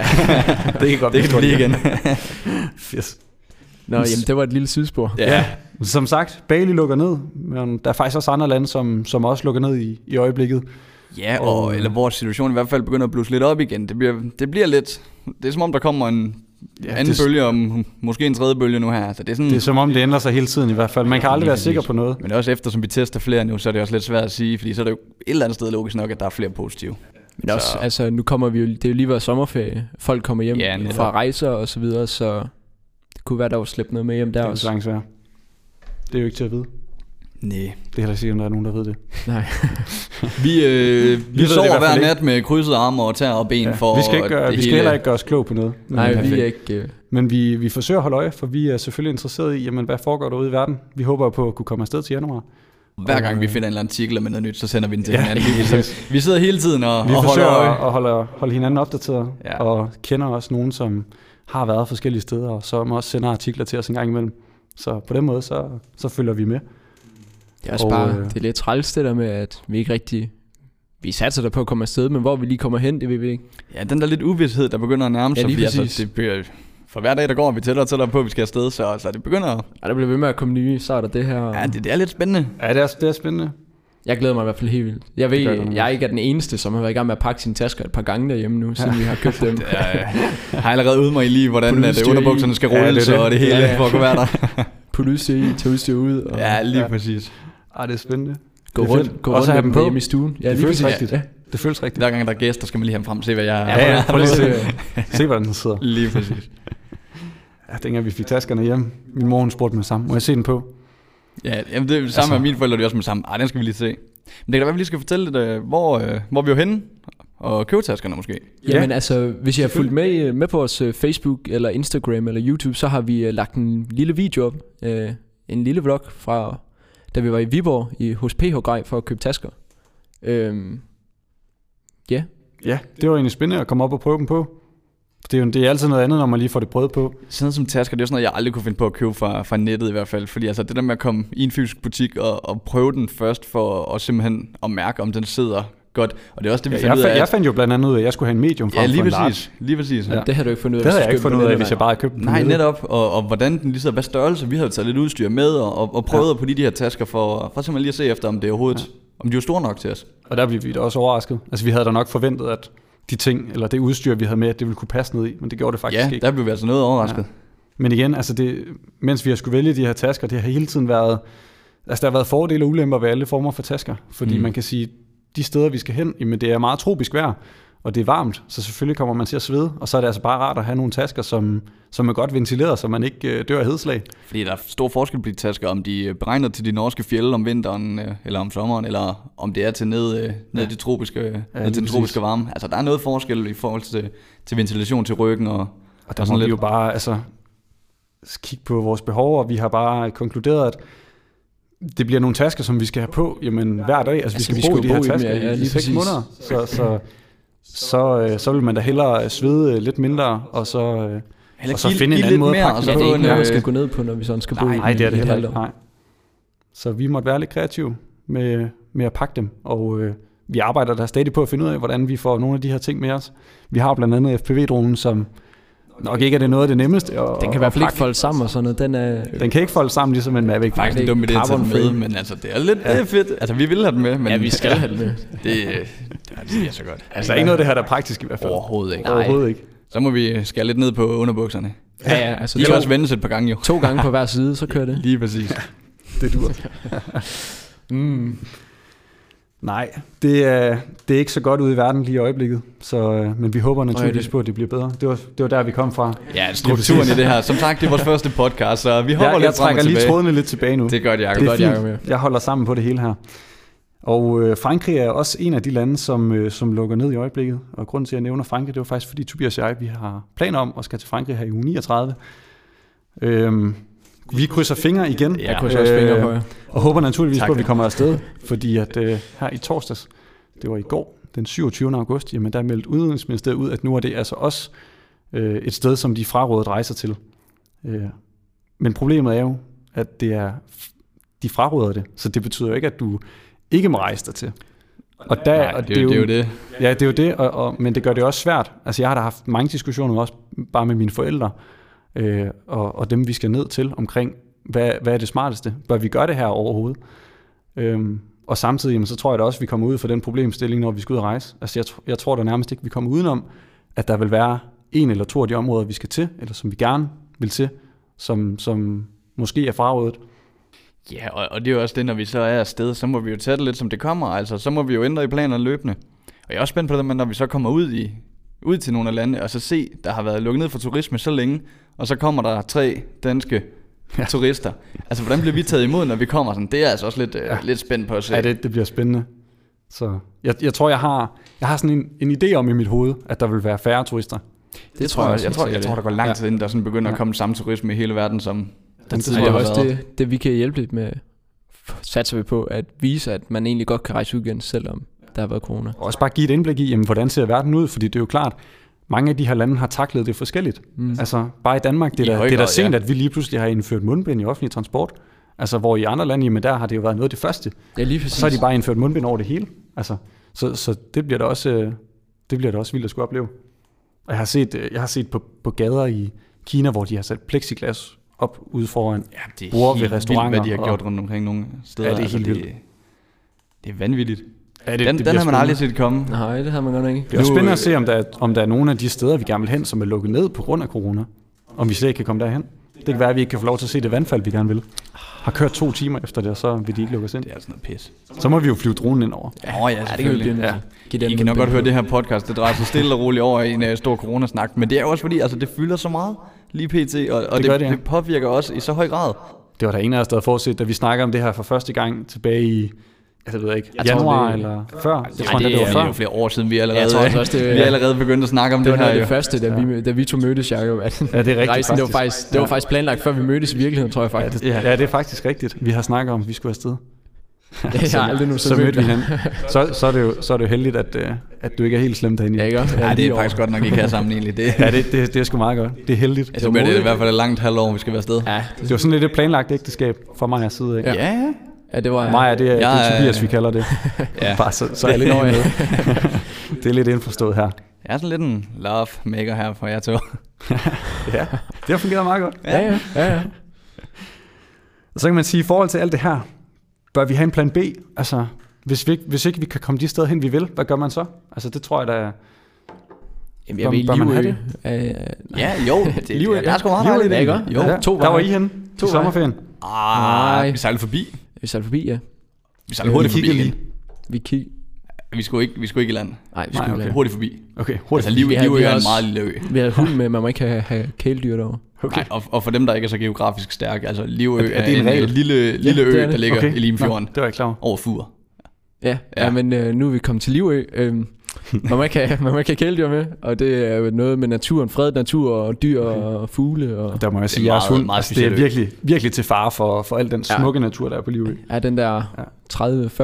S3: kan godt
S2: Det kan blive igen.
S3: Yes.
S1: Nå, jamen, det var et lille sidespor.
S2: ja. ja.
S3: Som sagt, Bali lukker ned, men der er faktisk også andre lande, som, som også lukker ned i, i øjeblikket.
S2: Ja, og, eller vores situation i hvert fald begynder at blusse lidt op igen. Det bliver, det bliver lidt... Det er som om, der kommer en ja, anden
S3: det,
S2: det, bølge, og m- måske en tredje bølge nu her. Altså, det er sådan,
S3: det er som om, det ændrer sig hele tiden i hvert fald. Man kan aldrig
S2: Lige
S3: være sikker
S2: præcis.
S3: på noget.
S2: Men også efter, som vi tester flere nu, så er det også lidt svært at sige, fordi så er det jo et eller andet sted logisk nok, at der er flere positive.
S1: Men også,
S2: Så-
S1: altså, nu kommer vi jo, det er jo lige været sommerferie. Folk kommer hjem
S2: Ja,
S1: ja,
S2: netop.
S1: fra rejser og så videre, så det kunne være, der var slæbt noget med hjem der
S3: Det er jo
S1: også.
S3: sagtens være. Det er jo ikke til at vide.
S2: Nej.
S3: Det er heller ikke sikkert, om der er nogen, der ved det.
S1: Nej.
S2: Vi, øh, vi
S3: det i
S2: sover
S3: hvert fald
S2: hver
S3: ikke.
S2: nat med krydsede arme og tæer og ben ja. for
S3: vi skal, ikke gøre,
S2: det
S3: vi skal
S2: hele.
S3: heller ikke gøre os klog på noget.
S1: Nej,
S3: Men-
S1: vi er ikke... Øh,
S3: Men vi, vi forsøger at holde øje, for vi er selvfølgelig interesseret i, jamen, hvad foregår derude i verden. Vi håber på at kunne komme afsted til januar.
S2: Hver gang vi finder en eller anden artikel med noget nyt, så sender vi den til
S3: Ja,
S2: hinanden. Vi, så, vi sidder hele tiden og,
S3: Vi
S2: og holder
S3: forsøger
S2: øje.
S3: at holde, holde hinanden opdateret,
S2: Ja.
S3: ja. og kender også nogen, som har været forskellige steder, og som også sender artikler til os en gang imellem. Så på den måde, så, så følger vi med.
S1: Det er også
S3: Og,
S1: bare,
S3: øh,
S1: det er lidt træls det der med, at vi ikke rigtig, vi satser der på at komme afsted, men hvor vi lige kommer hen, det ved vi ikke.
S2: Ja, den der lidt uvidshed, der begynder at nærme
S1: Ja,
S2: sig.
S1: lige
S2: fordi altså,
S1: præcis.
S2: det bliver, for hver dag, der går, er vi tættere og tættere på, at vi skal afsted, så, så det begynder at...
S1: Og der bliver ved med at komme nye, så er der det her.
S2: Ja, det, det er lidt spændende.
S3: Ja, det er, det er spændende.
S1: Jeg glæder mig i hvert fald helt vildt. Jeg ved,
S3: gør jeg godt nok.
S1: jeg ikke er den eneste, som har været i gang med at pakke sine tasker et par gange derhjemme nu, siden vi har købt dem.
S2: Jeg øh, har allerede ude mig i lige, hvordan at, øh,
S1: udstyr i.
S2: underbukserne skal
S3: Ja, det er
S2: rulles,
S3: det.
S2: og det hele
S1: Ja, ja.
S2: for at kunne være der.
S1: Putte udstyr i, tage udstyr ud og
S2: Ja, lige
S3: Ja.
S2: præcis.
S3: Ja, Ah, det er spændende.
S1: gå
S3: det er
S1: rundt,
S3: fedt.
S1: gå
S3: Også
S1: rundt
S3: have
S1: med
S3: dem
S1: dem
S3: på.
S1: hjemme i stuen. Ja,
S3: Det
S1: lige
S3: føles
S1: præcis.
S3: rigtigt.
S1: Ja.
S3: Det føles rigtigt.
S2: Hver gang der er gæster, skal man lige have ham frem og se, hvad jeg
S3: Ja, ja, prøv lige at
S1: Ja,
S3: se, se, hvordan den sidder.
S2: Lige præcis.
S3: ja, dengang vi fik taskerne hjem, min mor hun spurgte mig sammen, må jeg se den på?
S2: Ja, jamen det er det samme altså, med mine forældre, det er også med samme. Ej, den skal vi lige se. Men det kan da være, at vi lige skal fortælle lidt, øh, hvor, øh, hvor vi var henne, og købetaskerne måske.
S3: Ja.
S1: Jamen altså, hvis I har fulgt med, øh, med på vores øh, Facebook, eller Instagram, eller YouTube, så har vi øh, lagt en lille video op, øh, en lille vlog fra, da vi var i Viborg i, hos PH Grej for at købe tasker. Øhm,
S3: Ja, det var egentlig spændende at komme op og prøve dem på. Det er, jo, det er altid noget andet, når man lige får det prøvet på.
S2: Sådan noget som tasker, det er jo sådan noget, jeg aldrig kunne finde på at købe fra, fra nettet i hvert fald. Fordi altså, det der med at komme i en fysisk butik og, og prøve den først, for at simpelthen at mærke, om den sidder godt. Og det er også det, vi
S3: Jeg,
S2: ja, fandt ud af.
S3: jeg, jeg
S2: at-
S3: fandt jo blandt andet ud af, at jeg skulle have en medium frem
S2: ja, lige
S3: for en large.
S2: præcis. Lige præcis.
S3: Ja.
S2: Ja.
S1: Det har du ikke fundet ud af.
S3: Det
S1: hvis
S3: havde
S1: du
S3: jeg ikke
S1: skal
S3: fundet ud af,
S1: med,
S3: hvis jeg bare havde købt den. på
S2: Nej,
S3: nettet.
S2: netop. Og, og hvordan den ligesom, hvad størrelse. Vi havde taget lidt udstyr med og, og, og prøvet ja. på lige de her tasker, for, for simpelthen lige at se efter, om det overhovedet... Ja. Om de var store nok til os.
S3: Og der blev vi da også overrasket. Altså, vi havde da nok forventet, at de ting, eller det udstyr, vi havde med, at det ville kunne passe ned i, men det gjorde det faktisk
S2: ja,
S3: ikke.
S2: der blev vi altså noget overrasket.
S3: Men igen, altså det, mens vi har skulle vælge de her tasker, det har hele tiden været, altså der har været fordele og ulemper ved alle former for tasker, fordi
S2: Mm.
S3: mm. man kan sige, de steder vi skal hen, jamen det er meget tropisk vejr, og det er varmt, så selvfølgelig kommer man til at svede, og så er det altså bare rart at have nogle tasker, som, som er godt ventileret, så man ikke øh, dør af hedslag.
S2: Fordi der er stor forskel på de tasker, om de er beregnet til de norske fjelde om vinteren, øh, eller om sommeren, eller om det er til ned, øh, ned, ja. de tropiske, ja, ned
S3: lige
S2: til den
S3: præcis.
S2: tropiske varme. Altså, der er noget forskel i forhold til, til ventilation til ryggen. Og,
S3: Og
S2: Og
S3: der
S2: sådan
S3: må vi
S2: lidt.
S3: jo bare altså, kigge på vores behov, og vi har bare konkluderet, at det bliver nogle tasker, som vi skal have på jamen, hver dag. Altså, altså vi skal, vi skal bo i de her
S1: bo i dem,
S3: tasker
S1: ja, ja,
S3: i
S1: lige
S3: seks
S1: præcis.
S3: måneder. Så, så, så, øh, så vil man da hellere svede øh, lidt mindre, og så... Øh,
S2: eller
S3: Og så finde en anden
S2: lidt
S3: måde at
S2: mere,
S3: pakke
S2: og
S1: Ja,
S2: så
S1: det er
S2: få
S1: ikke
S2: en...
S1: noget, man
S2: Øh,
S1: skal gå ned på, når vi sådan skal bo i
S3: nej,
S1: den
S3: det er
S1: i
S3: det
S1: et
S3: heller
S1: halvt
S3: ikke.
S1: år.
S3: Nej. Så vi måtte være lidt kreative med, med at pakke dem, og øh, vi arbejder der stadig på at finde ud af, hvordan vi får nogle af de her ting med os. Vi har blandt andet FPV-dronen, som nok ikke er det noget af det nemmeste. At,
S1: Den kan i hvert fald ikke folde sammen og sådan noget. Den er,
S3: Den kan ikke folde sammen ligesom en Mavic.
S2: faktisk en dum idé at tage
S1: Carbon
S2: den med,
S1: frame.
S2: men altså, det er lidt ja. det er fedt. Altså, vi vil have den med, men...
S1: Ja, vi skal have den med.
S2: det, øh, det bliver så godt.
S3: Altså, der er ikke noget af det her, der er praktisk i hvert fald.
S2: Overhovedet ikke.
S3: Overhovedet ikke.
S2: Så må vi skære lidt ned på underbukserne.
S1: Ja, ja, altså
S2: De kan også
S1: to,
S2: vendes et par gange, jo.
S1: to gange på hver side, så kører det.
S2: Lige præcis.
S3: Det dur.
S1: Mm.
S3: Nej, det er, det er ikke så godt ude i verden lige i øjeblikket. Så, øh, men vi håber naturligvis på, at det bliver bedre. Det var, det var der, vi kom fra.
S2: Ja, strukturen i det her. Som sagt, det er vores første podcast, så vi hopper
S3: Jeg,
S2: lidt
S3: jeg trækker
S2: frem og
S3: lige
S2: tilbage.
S3: trådene lidt tilbage nu.
S2: Det er godt, Jacob.
S3: det er
S1: godt, Jacob,
S3: fint. Jeg holder sammen på det hele her. Og øh, Frankrig er også en af de lande, som, øh, som lukker ned i øjeblikket. Og grunden til, at jeg nævner Frankrig, det var faktisk, fordi Tobias og jeg vi har planer om at skal til Frankrig her i uge 39. Øhm, vi krydser fingre igen.
S1: Jeg kunne også
S3: Øh,
S1: fingre på jer.
S3: Og håber naturligvis
S2: Tak.
S3: tak. på, at vi kommer afsted, fordi at øh, her i torsdags, det var i går, den 27. august, jamen der meldte Udenrigsministeriet ud, at nu er det altså også øh, et sted, som de frarådet rejser til. Øh, men problemet er jo, at det er, de fraråder det, så det betyder jo ikke, at du ikke må rejse dig til. Og, der,
S2: Nej,
S3: og
S2: det, er jo, det er jo det.
S3: Ja, det er jo det, og, og, men det gør det også svært. Altså, jeg har da haft mange diskussioner også bare med mine forældre, øh, og, og dem vi skal ned til omkring, hvad, hvad er det smarteste? Bør vi gøre det her overhovedet? Øhm, og samtidig, jamen, så tror jeg da også, at vi kommer ud for den problemstilling, når vi skal ud og rejse. Altså, jeg, tr- jeg tror da nærmest ikke, vi kommer udenom, at der vil være en eller to af de områder, vi skal til, eller som vi gerne vil til, som, som måske er frarådet.
S2: Ja, og, og det er jo også det, når vi så er afsted, så må vi jo tage det lidt, som det kommer. Altså, så må vi jo ændre i planerne løbende. Og jeg er også spændt på det, men når vi så kommer ud i ud til nogle af landene, og så se, der har været lukket ned for turisme så længe, og så kommer der tre danske ja. turister. Altså, hvordan bliver vi taget imod, når vi kommer sådan? Det er jeg altså også lidt, ja. øh, lidt spændt på at se.
S3: Ja, det, det bliver spændende. Så jeg, jeg tror, jeg har, jeg har sådan en, en idé om i mit hoved, at der vil være færre turister.
S1: Det
S2: tror jeg, også, jeg, tror, jeg,
S1: helt
S2: tror, der
S1: sikkert.
S2: går lang tid, inden der sådan begynder at komme samme turisme i hele verden, som der
S3: det tror
S1: Ej,
S2: tidligere
S1: det er
S2: har
S1: også
S2: været. Det.
S1: det, det, vi kan hjælpe lidt med, f- satser vi på, at vise, at man egentlig godt kan rejse ud igen, selvom der har været corona.
S3: Og også bare give et indblik i, jamen, hvordan ser verden ud, fordi det er jo klart, mange af de her lande har taklet det forskelligt.
S1: Mm.
S3: Altså bare i Danmark, det
S2: I
S3: er da,
S2: høj
S3: det er da
S2: grad,
S3: sent,
S2: ja.
S3: at vi lige pludselig har indført mundbind i offentlig transport. Altså hvor i andre lande, jamen der har det jo været noget af det første.
S1: Ja, lige
S3: Og
S1: præcis.
S3: så har de bare indført mundbind over det hele. Altså, så, så det bliver da også, øh, det bliver da også vildt at skulle opleve. Og jeg har set, øh, jeg har set på, på gader i Kina, hvor de har sat plexiglas op ude foran.
S2: Ja, det er
S3: bruger ved
S2: helt vildt, hvad
S3: restauranter
S2: de har
S3: og-
S2: gjort rundt omkring nogle steder. Altså,
S3: Ja, det er helt
S2: det, det er vanvittigt.
S3: Ja,
S2: Den, den har man aldrig set komme.
S1: Nej, det havde man godt nok ikke.
S3: Det er
S2: Nu,
S3: også spændende at
S2: øh,
S3: se, om der, er, om der er nogle af de steder, vi gerne vil hen, som er lukket ned på grund af corona. Om vi slet ikke kan komme derhen. Det kan være, at vi ikke kan få lov til at se det vandfald, vi gerne vil. har kørt to timer efter det, og så vil de ikke lukke os ind.
S2: Det er altså noget pis.
S3: Så må vi jo flyve dronen ind over.
S2: Åh oh, ja,
S1: det kan vi
S2: selvfølgelig.
S1: blive nødt
S2: ja.
S1: til. Giv
S2: I
S1: dem
S2: kan nok
S1: noget
S2: godt høre
S1: billede.
S2: det her podcast, det drejer sig stille og roligt over i en uh, stor coronasnak, men det er jo også fordi, altså det fylder så meget lige pt, og, og det,
S3: gør
S2: det,
S3: det,
S2: det,
S3: ja.
S2: det påvirker også i så høj grad.
S3: Det var der en af os, der havde forudset, da vi snakkede om det her for første gang tilbage i, altså, jeg ved ikke,
S1: Jeg tror,
S3: januar
S1: det-
S3: eller før. Jeg
S2: Ej,
S3: tror, det, det var
S2: er jo
S3: før.
S2: flere år siden, vi allerede,
S1: Jeg tror altså også, det-
S2: vi er allerede begyndt at snakke om
S1: Det
S2: det,
S1: var
S2: her.
S1: noget af
S2: jo.
S1: det første, da vi, da vi to mødtes, Jacob. At
S3: Ja, det er rigtigt,
S1: Rejsen, det var
S3: faktisk.
S1: faktisk, det var faktisk planlagt, før vi mødtes i virkeligheden, tror jeg
S3: Ja
S1: faktisk.
S3: det, ja, det er faktisk rigtigt. Vi har snakket om, at vi skulle afsted.
S1: Det har jeg aldrig nu
S3: så mødte vi hinanden. Så, så, er det jo, så er det jo heldigt, at, øh, at du ikke er helt slem derinde.
S1: Ja, ikke også?
S2: Ja, det
S1: lige
S2: er faktisk
S1: over.
S2: godt nok ikke her sammen egentlig. Det,
S3: Ja, det, det, det er sgu meget godt. Det er heldigt.
S2: så bliver det i hvert fald et langt halvår, vi skal være afsted.
S1: Ja,
S3: Det var sådan lidt et planlagt ægteskab fra mig og side, ikke?
S1: Ja.
S3: Ja.
S2: ja.
S1: ja, det var...
S3: Maja, det er, det
S2: Jeg
S3: er
S2: er-
S3: Tobias, vi kalder det.
S2: Ja.
S3: ja. Bare så, så alle
S1: Nå,
S3: lige
S1: ja.
S3: med. det er lidt indforstået her.
S2: Jeg er sådan lidt en love maker her for jer to.
S3: Ja, det har fungeret meget godt.
S1: Ja, ja, ja, ja.
S3: Og så kan man sige, i forhold til alt det her, bør vi have en plan B? Altså, hvis, vi, ikke- hvis ikke vi kan komme de steder hen, vi vil, hvad gør man så? Altså, det tror jeg da...
S1: Jamen,
S3: Bør-
S1: jeg vil
S3: bør man have
S1: lige...
S2: Ja, jo. Det, det,
S1: Liv-
S2: det, der er sgu meget
S1: Liv-
S2: dejligt
S1: Ja, ikke også?
S2: Jo.
S1: Ja. to
S3: der var
S1: veje.
S3: I henne
S1: To
S3: i
S1: veje.
S3: sommerferien.
S2: Ah,
S1: Nej.
S2: vi sejlede forbi.
S1: Vi sejlede forbi, ja.
S2: Vi sejlede hurtigt
S3: Vi
S2: forbi
S3: kiggede
S2: igen.
S1: Vi kiggede...
S2: Vi skulle ikke, vi skulle ikke i land.
S1: Nej, vi
S3: Nej,
S1: skulle
S3: okay.
S1: lade-
S2: Hurtigt forbi.
S3: Okay, hurtigt.
S2: Altså, Liv,
S1: Vi
S2: Livø
S1: havde- vi
S2: er en
S1: også-
S2: meget lille ø.
S1: Vi havde hund med, man må ikke have, have kæledyr derovre.
S2: Okay. Nej, og, og for dem, der ikke er så geografisk stærke, altså Livø er,
S3: er det en
S2: en,
S3: regel?
S2: lille, lille
S1: Ja, det er
S2: ø,
S1: det.
S2: der ligger i Limfjorden
S3: Nå, det var jeg klar over.
S2: over Fur.
S1: Ja,
S2: Ja.
S1: ja. ja men øh, nu er vi kommet til Livø. Øhm, man, må ikke have, man må ikke have kæledyr med, og det er jo noget med naturen, fredet natur og dyr og fugle. Og,
S3: Der må jeg sige,
S2: meget-
S3: at jeres hund,
S2: meget
S3: altså, det er
S2: speciel ø.
S3: virkelig, virkelig til fare for, for al den
S1: Ja.
S3: smukke natur, der er på Livø.
S1: ja, den
S3: Ja.
S1: der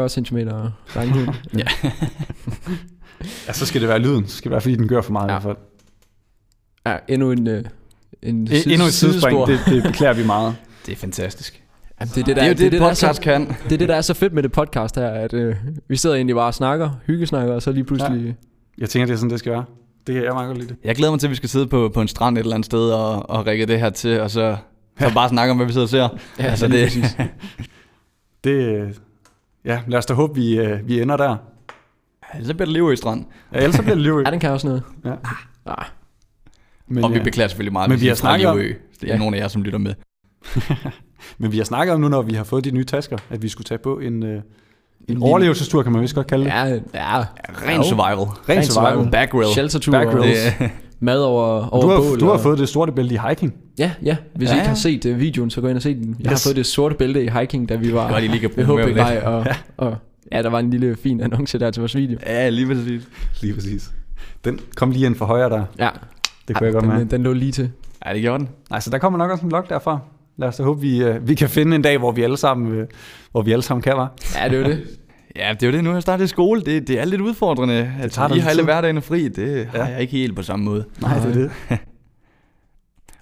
S1: 30-40 cm lange hund.
S3: Ja, Altså, så skal det være lyden. Så skal det være, fordi den gør for meget ja. i
S1: Ja.
S3: hvert fald.
S1: Ja, endnu en, øh, en
S3: E- endnu et sidespring, det, det beklager vi meget.
S2: Det er fantastisk.
S1: Jamen, det, er det,
S2: Det
S1: der,
S2: er jo
S1: det, er
S2: det,
S1: det,
S2: det
S1: der er
S2: podcast
S1: så,
S2: kan.
S1: det er det, der er så fedt med det podcast her, at øh, vi sidder egentlig bare og snakker, hyggesnakker, og så lige pludselig... Ja.
S3: Jeg tænker, det er sådan, det skal være. Det kan jeg meget godt lide det.
S2: Jeg glæder mig til, at vi skal sidde på, på en strand et eller andet sted og, og række det her til, og så, så bare snakke om, hvad vi sidder og ser.
S1: Ja,
S2: altså,
S1: lige
S2: det,
S1: præcis.
S3: Det, øh, ja, lad os da håbe, vi, øh, vi ender der.
S2: så bliver det Livø i strand.
S3: Ja, ellers så bliver det Livø.
S1: ja, den kan også noget.
S3: Ja.
S1: Ah,
S3: Men,
S2: og vi
S3: øh,
S2: beklager selvfølgelig meget,
S3: Men
S2: hvis
S3: vi
S2: I
S3: har
S2: er fra
S3: snakket om-
S2: Livø. Det er
S1: Ja.
S2: ja. nogen af jer, som lytter med.
S3: Men vi har snakket om nu, når vi har fået de nye tasker, at vi skulle tage på en, øh, en
S2: lille-
S3: overlevelsestur, kan man vist godt kalde det.
S1: ja, ja.
S2: Ren survival.
S3: Ren
S1: ren
S3: survival.
S1: survival.
S2: Backreel.
S1: Sheltertur
S3: Back
S1: og
S3: row.
S2: Det,
S1: mad over,
S3: Og
S1: over
S3: Du har,
S1: bål.
S3: du har
S1: og-
S3: fået det sorte bælte i hiking.
S1: Ja, ja. Hvis ja,
S2: Ja,
S1: I ikke har
S2: ja.
S1: set uh, videoen, så gå ind og se den. Jeg yes. har
S3: Yes.
S1: fået det sorte bælte i hiking, da vi var
S2: Godt, I lige kan
S1: ved
S2: promovere
S1: HB Vej. Og, og, ja, der var en lille fin annonce der til vores video.
S2: ja, lige præcis.
S3: Lige præcis. Den kom lige ind for højre der.
S1: Ja,
S3: Det kunne jeg godt
S1: den, øh,
S3: mærke.
S1: den lå lige til.
S2: Ja, det gjorde den.
S3: Nej, så der kommer nok også en vlog derfra. Lad os da håbe, vi, øh, vi kan finde en dag, hvor vi alle sammen, øh, hvor vi alle sammen kan, var.
S1: Ja, det var det.
S2: Ja, det er jo det. Nu har jeg startet i skole. Det, det er lidt udfordrende. Det
S3: tager
S2: altså,
S3: da
S2: I
S3: lidt
S2: har alle
S3: tid.
S2: hverdagen fri. Det har
S3: Ja.
S2: jeg ikke helt på samme måde.
S3: Nej, det er det.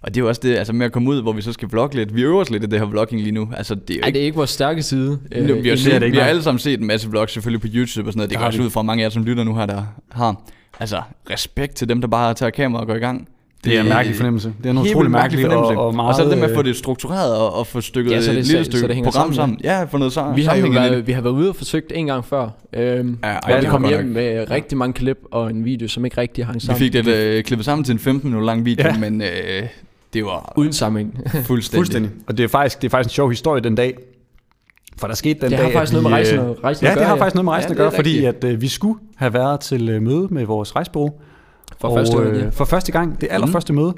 S2: Og det er jo også det, altså med at komme ud, hvor vi så skal vlogge lidt. Vi øver os lidt i det her vlogging lige nu. Altså, det er jo
S1: Ej,
S2: ikke...
S1: det er ikke vores stærke side.
S2: Øh, nu, vi, har
S1: endnu.
S2: set,
S3: det
S2: det
S3: ikke,
S2: vi har
S3: nej.
S2: alle sammen set en masse vlogs selvfølgelig på YouTube og sådan noget. Det
S3: Det
S2: går
S3: har
S2: også
S3: vi.
S2: ud fra at mange af jer, som lytter nu her, der har altså, respekt til dem, der bare tager kamera og går i gang.
S3: Det er en mærkelig fornemmelse. Det er en
S2: Helt
S3: utrolig
S2: vildt
S3: mærkelig fornemmelse. Og, og, meget,
S2: og så er det med at få
S3: øh,
S2: det struktureret og, og få stykket
S1: Ja, så
S2: et
S1: det-
S2: lille
S1: så-
S2: stykke
S1: så det hænger
S2: program sammen.
S1: sammen,
S2: Ja, få noget sammen.
S1: Vi har jo været, vi har været ude og forsøgt en gang før. Øhm,
S2: Ja, ej,
S1: og
S2: det
S1: vi
S2: var
S1: kom
S2: godt
S1: hjem
S2: nok.
S1: med rigtig mange klip og en video, som ikke rigtig hang
S2: Vi
S1: sammen.
S2: fik det øh, klippet sammen til en 15 minutter lang video,
S3: Ja.
S2: men øh, det var
S1: Uden sammenhæng.
S2: fuldstændig.
S3: Fuldstændig. Og det er, faktisk, det er faktisk en sjov historie den dag. For der skete den
S1: Det
S3: dag,
S1: har
S3: at
S1: faktisk noget
S3: vi,
S1: med rejsen,
S3: øh,
S1: at- rejsen
S3: Ja,
S1: at
S3: det
S1: gøre.
S3: har faktisk noget med rejsen
S2: Ja,
S3: at
S2: det er
S3: gøre, fordi at, øh, vi skulle have været til øh, møde med vores rejsebureau.
S1: For første gang, ja. Mhm.
S3: For første gang, det
S2: Mm.
S3: allerførste møde.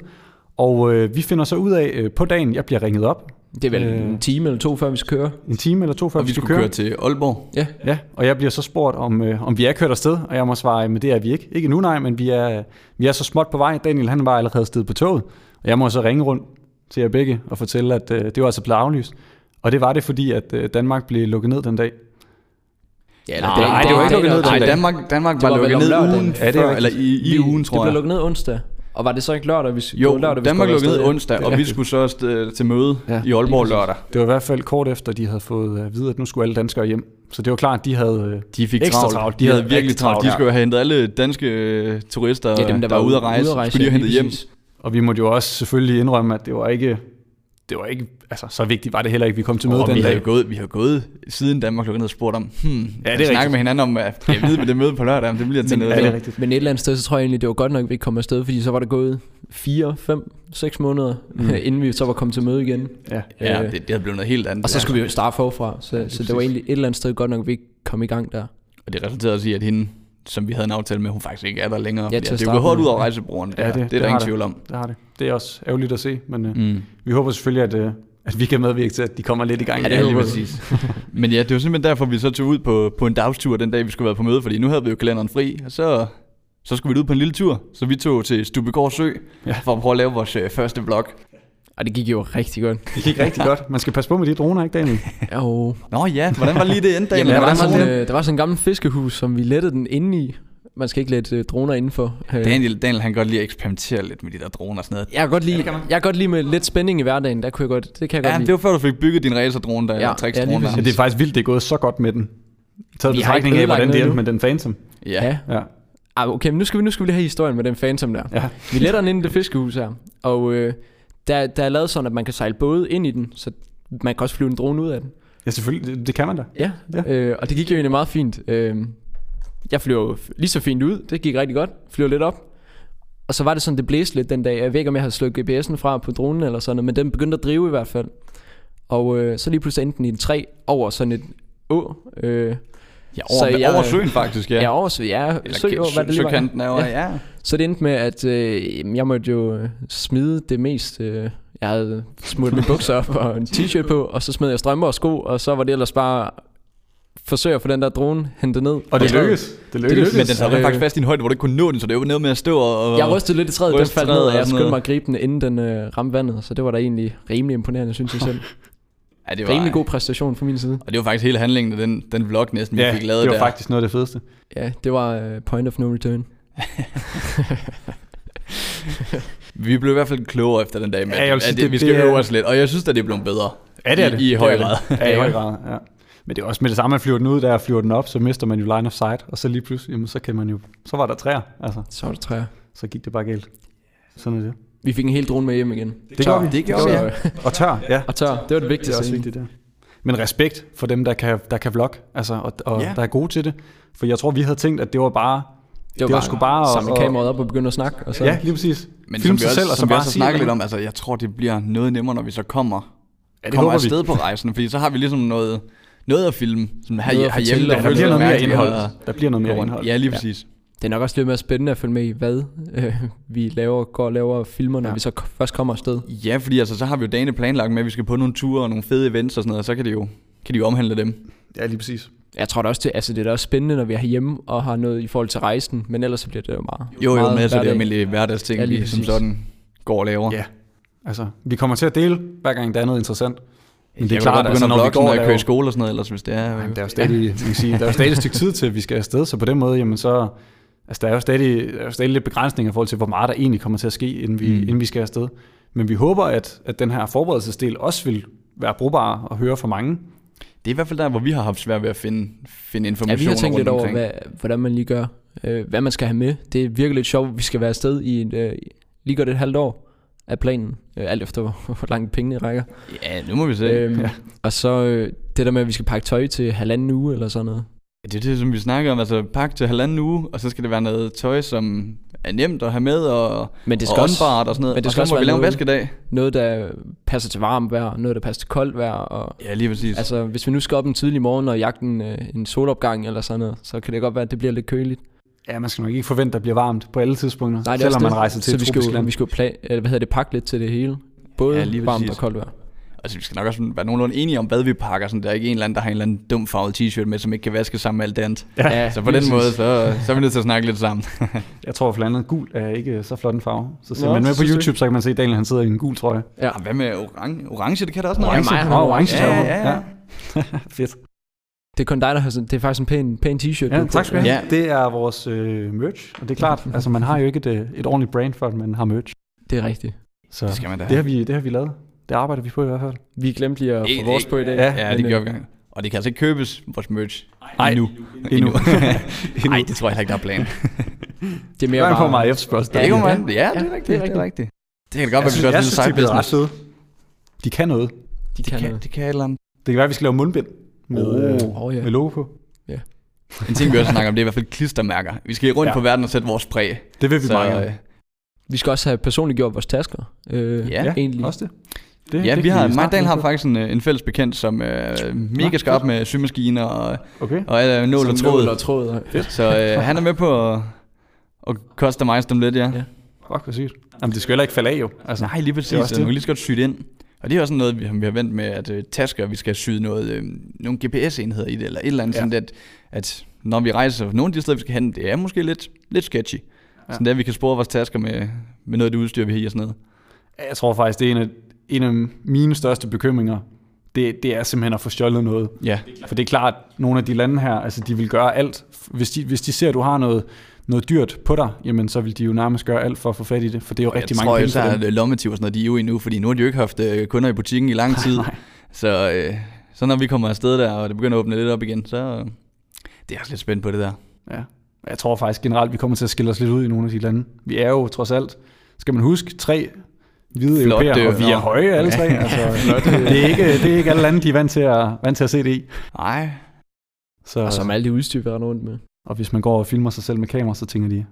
S3: Og øh, vi finder så ud af øh, på dagen, jeg bliver ringet op
S1: Det er vel
S3: Øh.
S1: en time eller to, før vi skal køre.
S3: en time eller to før
S2: Og vi skulle køre til Aalborg.
S1: Ja,
S3: Ja, og jeg bliver så spurgt, om, øh, om vi er kørt afsted, og jeg må svare, men det er vi ikke. Ikke nu, nej, men vi er, vi er så småt på vej. Daniel, han var allerede afsted på toget, og jeg må så ringe rundt til jer begge og fortælle, at øh, det var altså blevet aflyst. Og det var det, fordi at øh, Danmark blev lukket ned den dag.
S1: ja
S2: Nej,
S1: dagen-
S3: det var ikke
S1: dagen-
S3: lukket ned den
S2: Nej,
S1: dagen-
S3: dag.
S2: Danmark, Danmark
S1: Det
S2: var
S1: var vel
S2: lukket
S1: om
S2: ned
S1: lørdagen.
S2: ugen
S3: Ja, det er
S2: før,
S3: rigtigt.
S2: eller i, i
S1: Vi-
S2: ugen, tror jeg.
S1: Det blev lukket ned onsdag. Og var det så ikke lørdag, hvis det
S2: Jo,
S1: var lørdag,
S2: lørdag,
S1: vi
S2: Danmark
S1: skulle
S2: lukkede ned
S1: afsted?
S2: onsdag, og vi skulle så afsted til møde
S3: Ja,
S2: ja, i Aalborg lørdag.
S3: Det var i hvert fald kort efter, de havde fået øh, at vide, at nu skulle alle danskere hjem. Så det var klart, at de havde... øh,
S2: De fik
S3: Ekstra
S2: travlt.
S3: travlt.
S2: De havde
S3: Rigtig
S2: virkelig travlt.
S3: travlt,
S2: De
S3: ja.
S2: skulle jo have hentet alle danske øh, turister,
S1: Ja, dem, der,
S2: var ude at rejse, skulle de have hentet
S1: lige
S2: hjem.
S1: præcis.
S3: Og vi måtte jo også selvfølgelig indrømme, at det var ikke det var ikke, altså så vigtigt var det heller ikke, vi kom til møde
S2: Og vi
S3: den
S2: har jo
S3: dag.
S2: gået, vi har gået siden Danmark lukkede ned og spurgt om, hmm, ja, det er
S3: rigtigt.
S2: snakke med hinanden om, at jeg ved med det møde på lørdag, om det bliver til
S1: Men,
S2: noget.
S3: er det
S2: der.
S3: rigtigt?
S1: Men et eller andet sted, så tror jeg egentlig, det var godt nok, at vi ikke kom afsted, fordi så var det gået 4, 5, 6 måneder, mm. inden vi så var kommet til møde igen.
S3: Ja.
S2: Ja,
S1: Øh,
S2: det, det havde blevet noget helt andet.
S1: Og så
S2: Ja.
S1: skulle vi jo starte forfra, så, så det var egentlig et eller andet sted godt nok, at vi ikke kom i gang der.
S2: Og det resulterede også i, at hende, som vi havde en aftale med, hun faktisk ikke er der længere.
S1: Ja,
S2: Ja,
S1: til at
S2: det er jo
S1: starte
S2: gået hårdt
S1: med.
S2: ud over rejsebroren.
S3: Ja,
S2: Ja,
S3: det-
S2: det, det, er
S3: det
S2: der
S3: har
S2: ingen
S3: det.
S2: tvivl om.
S3: Det har det. Det er også ærgerligt at se, men øh,
S2: Mm.
S3: vi håber selvfølgelig, at, øh, at vi kan medvirke til, at de kommer lidt i gang.
S2: Ja, det er lige præcis. Men ja, det var simpelthen derfor, vi så tog ud på, på en dagstur den dag, vi skulle være på møde, fordi nu havde vi jo kalenderen fri, og så, så skulle vi ud på en lille tur. Så vi tog til Stubegård Sø, ja. for at prøve at lave vores øh, første vlog.
S1: Og det gik jo rigtig godt.
S3: Det gik rigtig godt. Man skal passe på med de droner, ikke Daniel?
S1: Jo.
S2: Nå ja, hvordan var lige det endte dagen?
S1: Jamen, der, var
S2: hvordan
S1: sådan,
S2: det?
S1: øh, der var sådan en gammel fiskehus, som vi lettede den inde i. Man skal ikke lette øh, droner indenfor. Øh,
S2: Daniel, Daniel, han kan godt lide at eksperimentere lidt med de der droner og sådan noget.
S1: Jeg kan godt lide, jeg kan godt lide med lidt spænding i hverdagen. Der kunne jeg godt, det kan jeg
S2: Ja,
S1: godt
S2: det
S1: lide.
S2: var før du fik bygget din racerdrone, der,
S1: Ja,
S2: ja,
S1: ja, lige
S2: tricksdrone der.
S1: præcis.
S3: det er faktisk vildt, det er gået så godt med den. Taget
S1: Vi har
S3: betragtning
S1: ikke
S3: af,
S1: ødelagt
S3: hvordan det
S1: noget
S3: hjalp
S1: nu.
S3: med den Phantom.
S2: Ja.
S1: ja.
S3: Ja.
S1: Ah, okay, men nu skal, vi, nu skal vi lige have historien med den phantom der.
S3: Ja.
S1: Vi letter den ind i det fiskehus her, og øh, der, der er lavet sådan, at man kan sejle både ind i den, så man kan også flyve en drone ud af den.
S3: ja, selvfølgelig. Det, det kan man da.
S1: Ja,
S3: Ja.
S1: ja. Øh, og det gik jo egentlig meget fint. Øh, jeg flyver jo f- lige så fint ud, det gik rigtig godt, flyver lidt op. Og så var det sådan, det blæste lidt den dag. Jeg ved ikke, om jeg havde slået GPS'en fra på dronen eller sådan noget, men den begyndte at drive i hvert fald. Og øh, så lige pludselig endte den i en træ over sådan et å. Øh,
S2: Ja,
S1: Så
S2: over,
S1: jeg-
S2: over søen faktisk, ja.
S1: ja. ja, over, så, ja,
S2: Eller
S1: sø,
S2: sø-
S1: hvad det lige var.
S2: søkanten er over,
S1: Ja.
S2: ja.
S1: Så det endte med, at øh, jamen, jeg måtte jo øh, smide det mest... Øh, jeg havde smurt mine bukser op og en t-shirt på, og så smed jeg strømper og sko, og så var det ellers bare forsøg at få den der drone hentet ned.
S3: Og det
S1: så-
S3: lykkedes. Det lykkedes.
S1: lykkedes.
S2: Men den sad
S1: Øh.
S2: rent faktisk fast i en højde, hvor du ikke kunne nå den, så det var noget med at stå og... og-
S1: Jeg rystede lidt i træet, den
S2: Ryste
S1: faldt
S2: træet
S1: ned, og
S2: og
S1: jeg
S2: sådan
S1: skyndte
S2: noget.
S1: mig at gribe den, inden den øh, ramte vandet. Så det var da egentlig rimelig imponerende, synes jeg selv.
S2: Ja, det var,
S1: Rimelig god præstation fra min side.
S2: Og det var faktisk hele handlingen af den, den vlog næsten, vi
S3: Ja,
S2: fik lavet
S3: det var
S2: der.
S3: faktisk noget af det fedeste.
S1: Ja, det var øh, point of no return.
S2: Vi blev i hvert fald klogere efter den dag, men
S3: Ja, jeg vil sige,
S2: at det,
S3: det-
S2: vi skal
S3: det er-
S2: øve os lidt. Og jeg synes, at det er blevet bedre.
S3: Ja,
S2: det er det.
S3: I, i høj grad. Ja,
S1: Det
S3: i
S1: er
S3: høj
S1: det.
S3: grad, ja. Men det er også med det samme, man flyver den ud der og flyver den op, så mister man jo line of sight, og så lige pludselig, jamen, så kan man jo, så var der træer, altså,
S1: Så var det træer.
S3: så gik det bare galt. Sådan er det.
S1: Vi fik en hel drone med hjem igen.
S3: Det
S1: Tør.
S3: gjorde vi.
S2: Det gjorde
S1: Så,
S2: vi,
S1: øh,
S3: Og tør, ja.
S1: Og tør. Det var det
S3: Det er
S1: vigtigste.
S3: også
S1: egentlig.
S3: vigtigt, der. Men respekt for dem, der kan, der kan vlog, altså, og, og
S2: Ja.
S3: der er gode til det. For jeg tror, vi havde tænkt, at det var bare,
S1: Det var,
S3: Det var
S1: bare,
S3: sgu bare at-
S1: samle
S3: at-
S1: kameraet op og begynde at snakke. Og så.
S3: ja, lige præcis.
S2: Men
S3: Film
S2: som vi
S3: sig
S2: også,
S3: selv, og så
S2: som vi
S3: bare
S2: også
S3: sige
S2: snakket lidt
S3: noget.
S2: om, altså jeg tror, det bliver noget nemmere, når vi så kommer,
S3: Ja, det
S2: kommer
S3: håber vi.
S2: afsted på rejsen. Fordi så har vi ligesom noget, noget at filme, som her,
S1: Noget at
S2: herhjemme,
S1: fortælle om. Der
S2: der
S3: Der
S2: føles
S3: bliver
S2: lidt
S3: noget mere
S2: mærkeligt,
S3: indhold.
S2: og-
S3: Der bliver noget mere
S2: og-
S3: indhold.
S2: Ja, lige præcis.
S1: Det er nok også lidt mere spændende at følge med i, hvad øh, vi laver, går og laver filmer, når
S3: Ja.
S1: ja. vi så k- først kommer afsted.
S2: Ja, fordi altså, så har vi jo dagene planlagt med, at vi skal på nogle ture og nogle fede events og sådan noget, og så kan de jo, kan de jo omhandle dem.
S3: Ja, lige præcis.
S1: Jeg tror da også, det, altså, det er da også spændende, når vi er herhjemme og har noget i forhold til rejsen, men ellers så bliver det jo bare
S2: Jo, jo,
S1: meget
S2: med så det
S1: hverdag.
S2: almindelige hverdagsting,
S1: Ja,
S2: ja,
S1: lige
S2: vi som
S1: præcis.
S2: sådan går og laver.
S3: Ja. Altså, vi kommer til at dele, hver gang der er noget interessant. Men
S2: Det er klart, at
S3: altså,
S2: begynder
S3: når vi
S2: at vlogge, når
S3: går
S2: jeg kører i
S3: derovre,
S2: skole og sådan noget, ellers hvis det er...
S3: Jamen, der er jo stadig, man kan sige, der er jo stadig et stykke tid til, at vi skal afsted, så på den måde, jamen så, altså der er jo stadig, der er jo stadig lidt begrænsninger i forhold til, hvor meget der egentlig kommer til at ske, inden vi, mm.
S2: Mm.
S3: inden vi skal afsted. Men vi håber, at, at den her forberedelsesdel også vil være brugbar at høre for mange.
S2: Det er i hvert fald der, hvor vi har haft svært ved at finde, finde
S1: Ja,
S2: information
S1: vi har tænkt lidt
S2: rundt
S1: over,
S2: omkring.
S1: hvad, hvordan man lige gør, øh, hvad man skal have med. Det er virkelig lidt sjovt, vi skal være afsted i en, øh, lige godt et halvt år af planen, øh, alt efter hvor, hvor langt pengene rækker.
S2: Ja, nu må vi se. Øh,
S1: Øhm,
S3: ja.
S1: ja. Og så øh, det der med, at vi skal pakke tøj til halvanden uge eller sådan noget.
S2: det er det, som vi snakker om. Altså, pakke til halvanden uge, og så skal det være noget tøj, som er nemt at have med, og,
S1: Men det
S2: og
S1: skal også
S2: åndbart og sådan noget.
S1: men det
S2: og
S1: skal også
S2: så må vi
S1: være
S2: lave en
S1: noget-
S2: vaskedag.
S1: noget, der passer til varmt vejr, noget, der passer til koldt vejr. Og,
S2: Ja, lige præcis. Altså,
S1: altså, hvis vi nu skal op en tidlig morgen og jagte en, øh, en solopgang eller sådan noget, så kan det godt være, at det bliver lidt køligt.
S3: Ja, man skal nok ikke forvente, at det bliver varmt på alle tidspunkter,
S1: det er
S3: selvom
S1: også
S3: man
S1: det.
S3: rejser til
S1: så
S3: et
S1: vi skal,
S3: tropisk
S1: jo,
S3: land.
S1: vi skal jo pla- eller, hvad hedder det, pakke lidt til det hele. Både
S2: Ja,
S1: ja,
S2: lige
S1: varmt
S2: præcis.
S1: og koldt vejr.
S2: altså, vi skal nok også være nogenlunde enige om, hvad vi pakker. Sådan, der er ikke en eller anden, der har en eller anden dum farvet t-shirt med, som ikke kan vaske sammen med alt det andet.
S3: Ja,
S2: så på
S1: lige
S2: den
S1: præcis.
S2: måde, så, så er vi nødt til at snakke lidt sammen.
S3: Jeg tror for andet, gul er ikke så flot en farve. Så ser
S1: Nå,
S3: man med
S1: så
S3: på
S1: synes du
S3: YouTube, så kan man se, at Daniel han sidder i en gul trøje.
S1: Ja.
S2: Og Ah, hvad med orange? Orange, det kan der også noget.
S1: Orange. mig, han
S3: Nå,
S1: har
S3: orange
S1: orange.
S2: Ja,
S3: trøje.
S2: ja, ja.
S3: Fedt.
S1: Det er kun dig, der har sådan, det er faktisk en pæn, pæn t-shirt. du har
S3: Ja,
S1: på.
S3: tak skal du have.
S2: Ja.
S3: Det er vores øh, merch, og det er klart, altså man har jo ikke et, øh, et ordentligt brand, før man har merch.
S1: Det er rigtigt.
S3: Så
S2: Det skal man da
S3: det, har
S2: have.
S3: vi, det har vi lavet. Det arbejder vi på i hvert fald.
S1: Vi glemte lige at
S2: Ikke-
S1: få vores
S2: ikke-
S1: på i dag.
S3: Ja,
S2: Ja, det
S1: men,
S2: gør
S1: øh,
S2: vi gang. Og det kan altså ikke købes, vores merch.
S3: Ej,
S2: endnu.
S3: endnu.
S2: Nej, det tror jeg heller ikke, der er planen.
S1: Det er mere
S3: Mere Børn får
S1: bare...
S3: meget efterspørgsel.
S2: Ja, det,
S1: ikke
S2: kunne
S1: om-
S2: man. Ja, det
S1: det
S2: er
S1: er
S2: rigtigt. Det er rigtigt. Det kan godt være, vi gør sådan
S3: Jeg synes, jeg
S2: en
S3: synes, de
S2: side
S3: er blevet ret
S2: business.
S3: søde. De kan noget.
S1: De,
S2: De
S1: kan,
S2: kan,
S1: noget.
S2: de kan et eller andet.
S3: Det kan være, at vi skal lave mundbind med, oh.
S1: Åh, ja.
S3: med logo på.
S2: En ting, vi også snakker om, det er i hvert fald klistermærker. Vi skal rundt
S3: Ja.
S2: ja. på verden og sætte vores præg.
S3: Det vil vi
S2: Så,
S3: meget
S2: øh,
S3: gerne.
S1: Vi skal også have personligt gjort vores tasker. Øh,
S2: Ja,
S1: egentlig.
S3: Også det. det
S2: ja,
S3: det
S2: vi
S3: kan
S2: har, mig og
S3: snakke
S2: Dan
S3: lidt
S2: har
S3: på.
S2: faktisk en, øh, en fælles bekendt, som er mega
S3: fedt.
S2: skarp med symaskiner og,
S3: Okay.
S2: og øh, nål
S1: Som
S2: og
S1: Nål og
S2: tråd.
S1: tråd. og-
S2: Så øh, han er med på at, at customize dem lidt, ja.
S1: Ja.
S2: ja.
S3: Fuck, hvor sygt. Jamen, det skal heller ikke falde af, jo. Altså,
S2: Nej, lige præcis.
S3: Det er også
S2: Det
S3: det.
S2: man kan lige så godt syge det ind. Og det er også sådan noget, vi, vi har vendt med, at øh, tasker, vi skal syde noget, øh, nogle GPS-enheder i det, eller et eller andet,
S3: Ja.
S2: ja. sådan at, at når vi rejser, nogle af de steder, vi skal hen, det er måske lidt, lidt sketchy.
S3: Ja.
S2: Ja. Sådan at vi kan spore vores tasker med, med noget af det udstyr, vi har i og sådan noget.
S3: Jeg tror faktisk, det er en af, en af mine største bekymringer. Det, det er simpelthen at få stjålet noget.
S2: Ja,
S3: For det er klart, at nogle af de lande her, altså de vil gøre alt. Hvis de, hvis de ser, at du har noget, noget dyrt på dig, jamen så vil de jo nærmest gøre alt for at få fat i det, for det er jo
S2: Og
S3: rigtig
S2: jeg
S3: mange
S2: tror
S3: penge
S2: også,
S3: for dem.
S2: at øh, lommetiv og sådan noget, de er jo endnu, fordi nu har de jo ikke haft øh, kunder i butikken i lang tid.
S3: nej.
S2: Så, øh, så når vi kommer afsted der, og det begynder at åbne lidt op igen, så øh, det er også lidt spændt på det der.
S3: Ja. Og Jeg tror faktisk generelt, vi kommer til at skille os lidt ud i nogle af de lande. Vi er jo trods alt, skal man huske, tre hvide
S2: Flotte,
S3: europæere, og vi er
S2: nå.
S3: høje alle tre. Altså,
S2: Flotte.
S3: det, er ikke, det er ikke alle lande, de er vant til at, vant til at se det i.
S2: Nej,
S3: Så,
S1: Og som alt det udstyr, vi render rundt med.
S3: og hvis man går og filmer sig selv med kamera, så tænker de,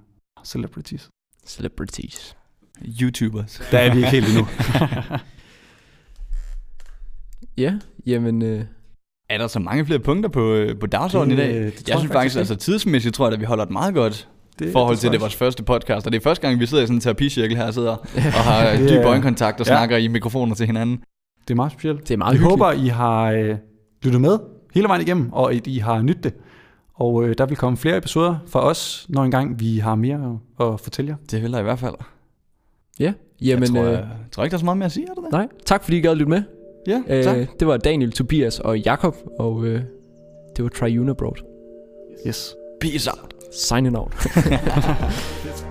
S3: celebrities.
S1: Celebrities.
S2: YouTubers.
S3: Der er vi ikke helt endnu.
S1: Ja, jamen... Øh,
S2: Er der så mange flere punkter på, øh, på dagsordenen i dag?
S3: Det, det tror
S2: Jeg synes faktisk,
S3: ikke.
S2: altså tidsmæssigt tror jeg, at vi holder et meget godt
S3: det,
S2: i forhold til,
S3: tror
S2: at det
S3: jeg
S2: er vores første podcast. Og det er første gang, vi sidder i sådan en terapicirkel her og sidder og har øh,
S3: Det
S2: dyb
S3: er-
S2: øjenkontakt og
S3: ja.
S2: snakker i mikrofoner til hinanden.
S3: Det er meget specielt.
S1: det er meget
S3: Vi
S1: hyggeligt.
S3: håber, I har øh, lyttet med hele vejen igennem, og at I har nydt det. Og øh, der vil komme flere episoder fra os, når engang vi har mere at fortælle jer.
S2: Det vil der i hvert fald.
S1: Ja, jamen...
S2: Jamen, jeg tror,
S1: øh,
S2: jeg, tror ikke, der er så meget mere at sige, er der det?
S1: Nej, tak fordi I gad at lytte med.
S2: Ja, tak.
S1: Øh, det var Daniel, Tobias og Jakob og øh, det var Triuna Broad.
S3: Yes.
S2: Peace out.
S1: Signing out.
S3: Let's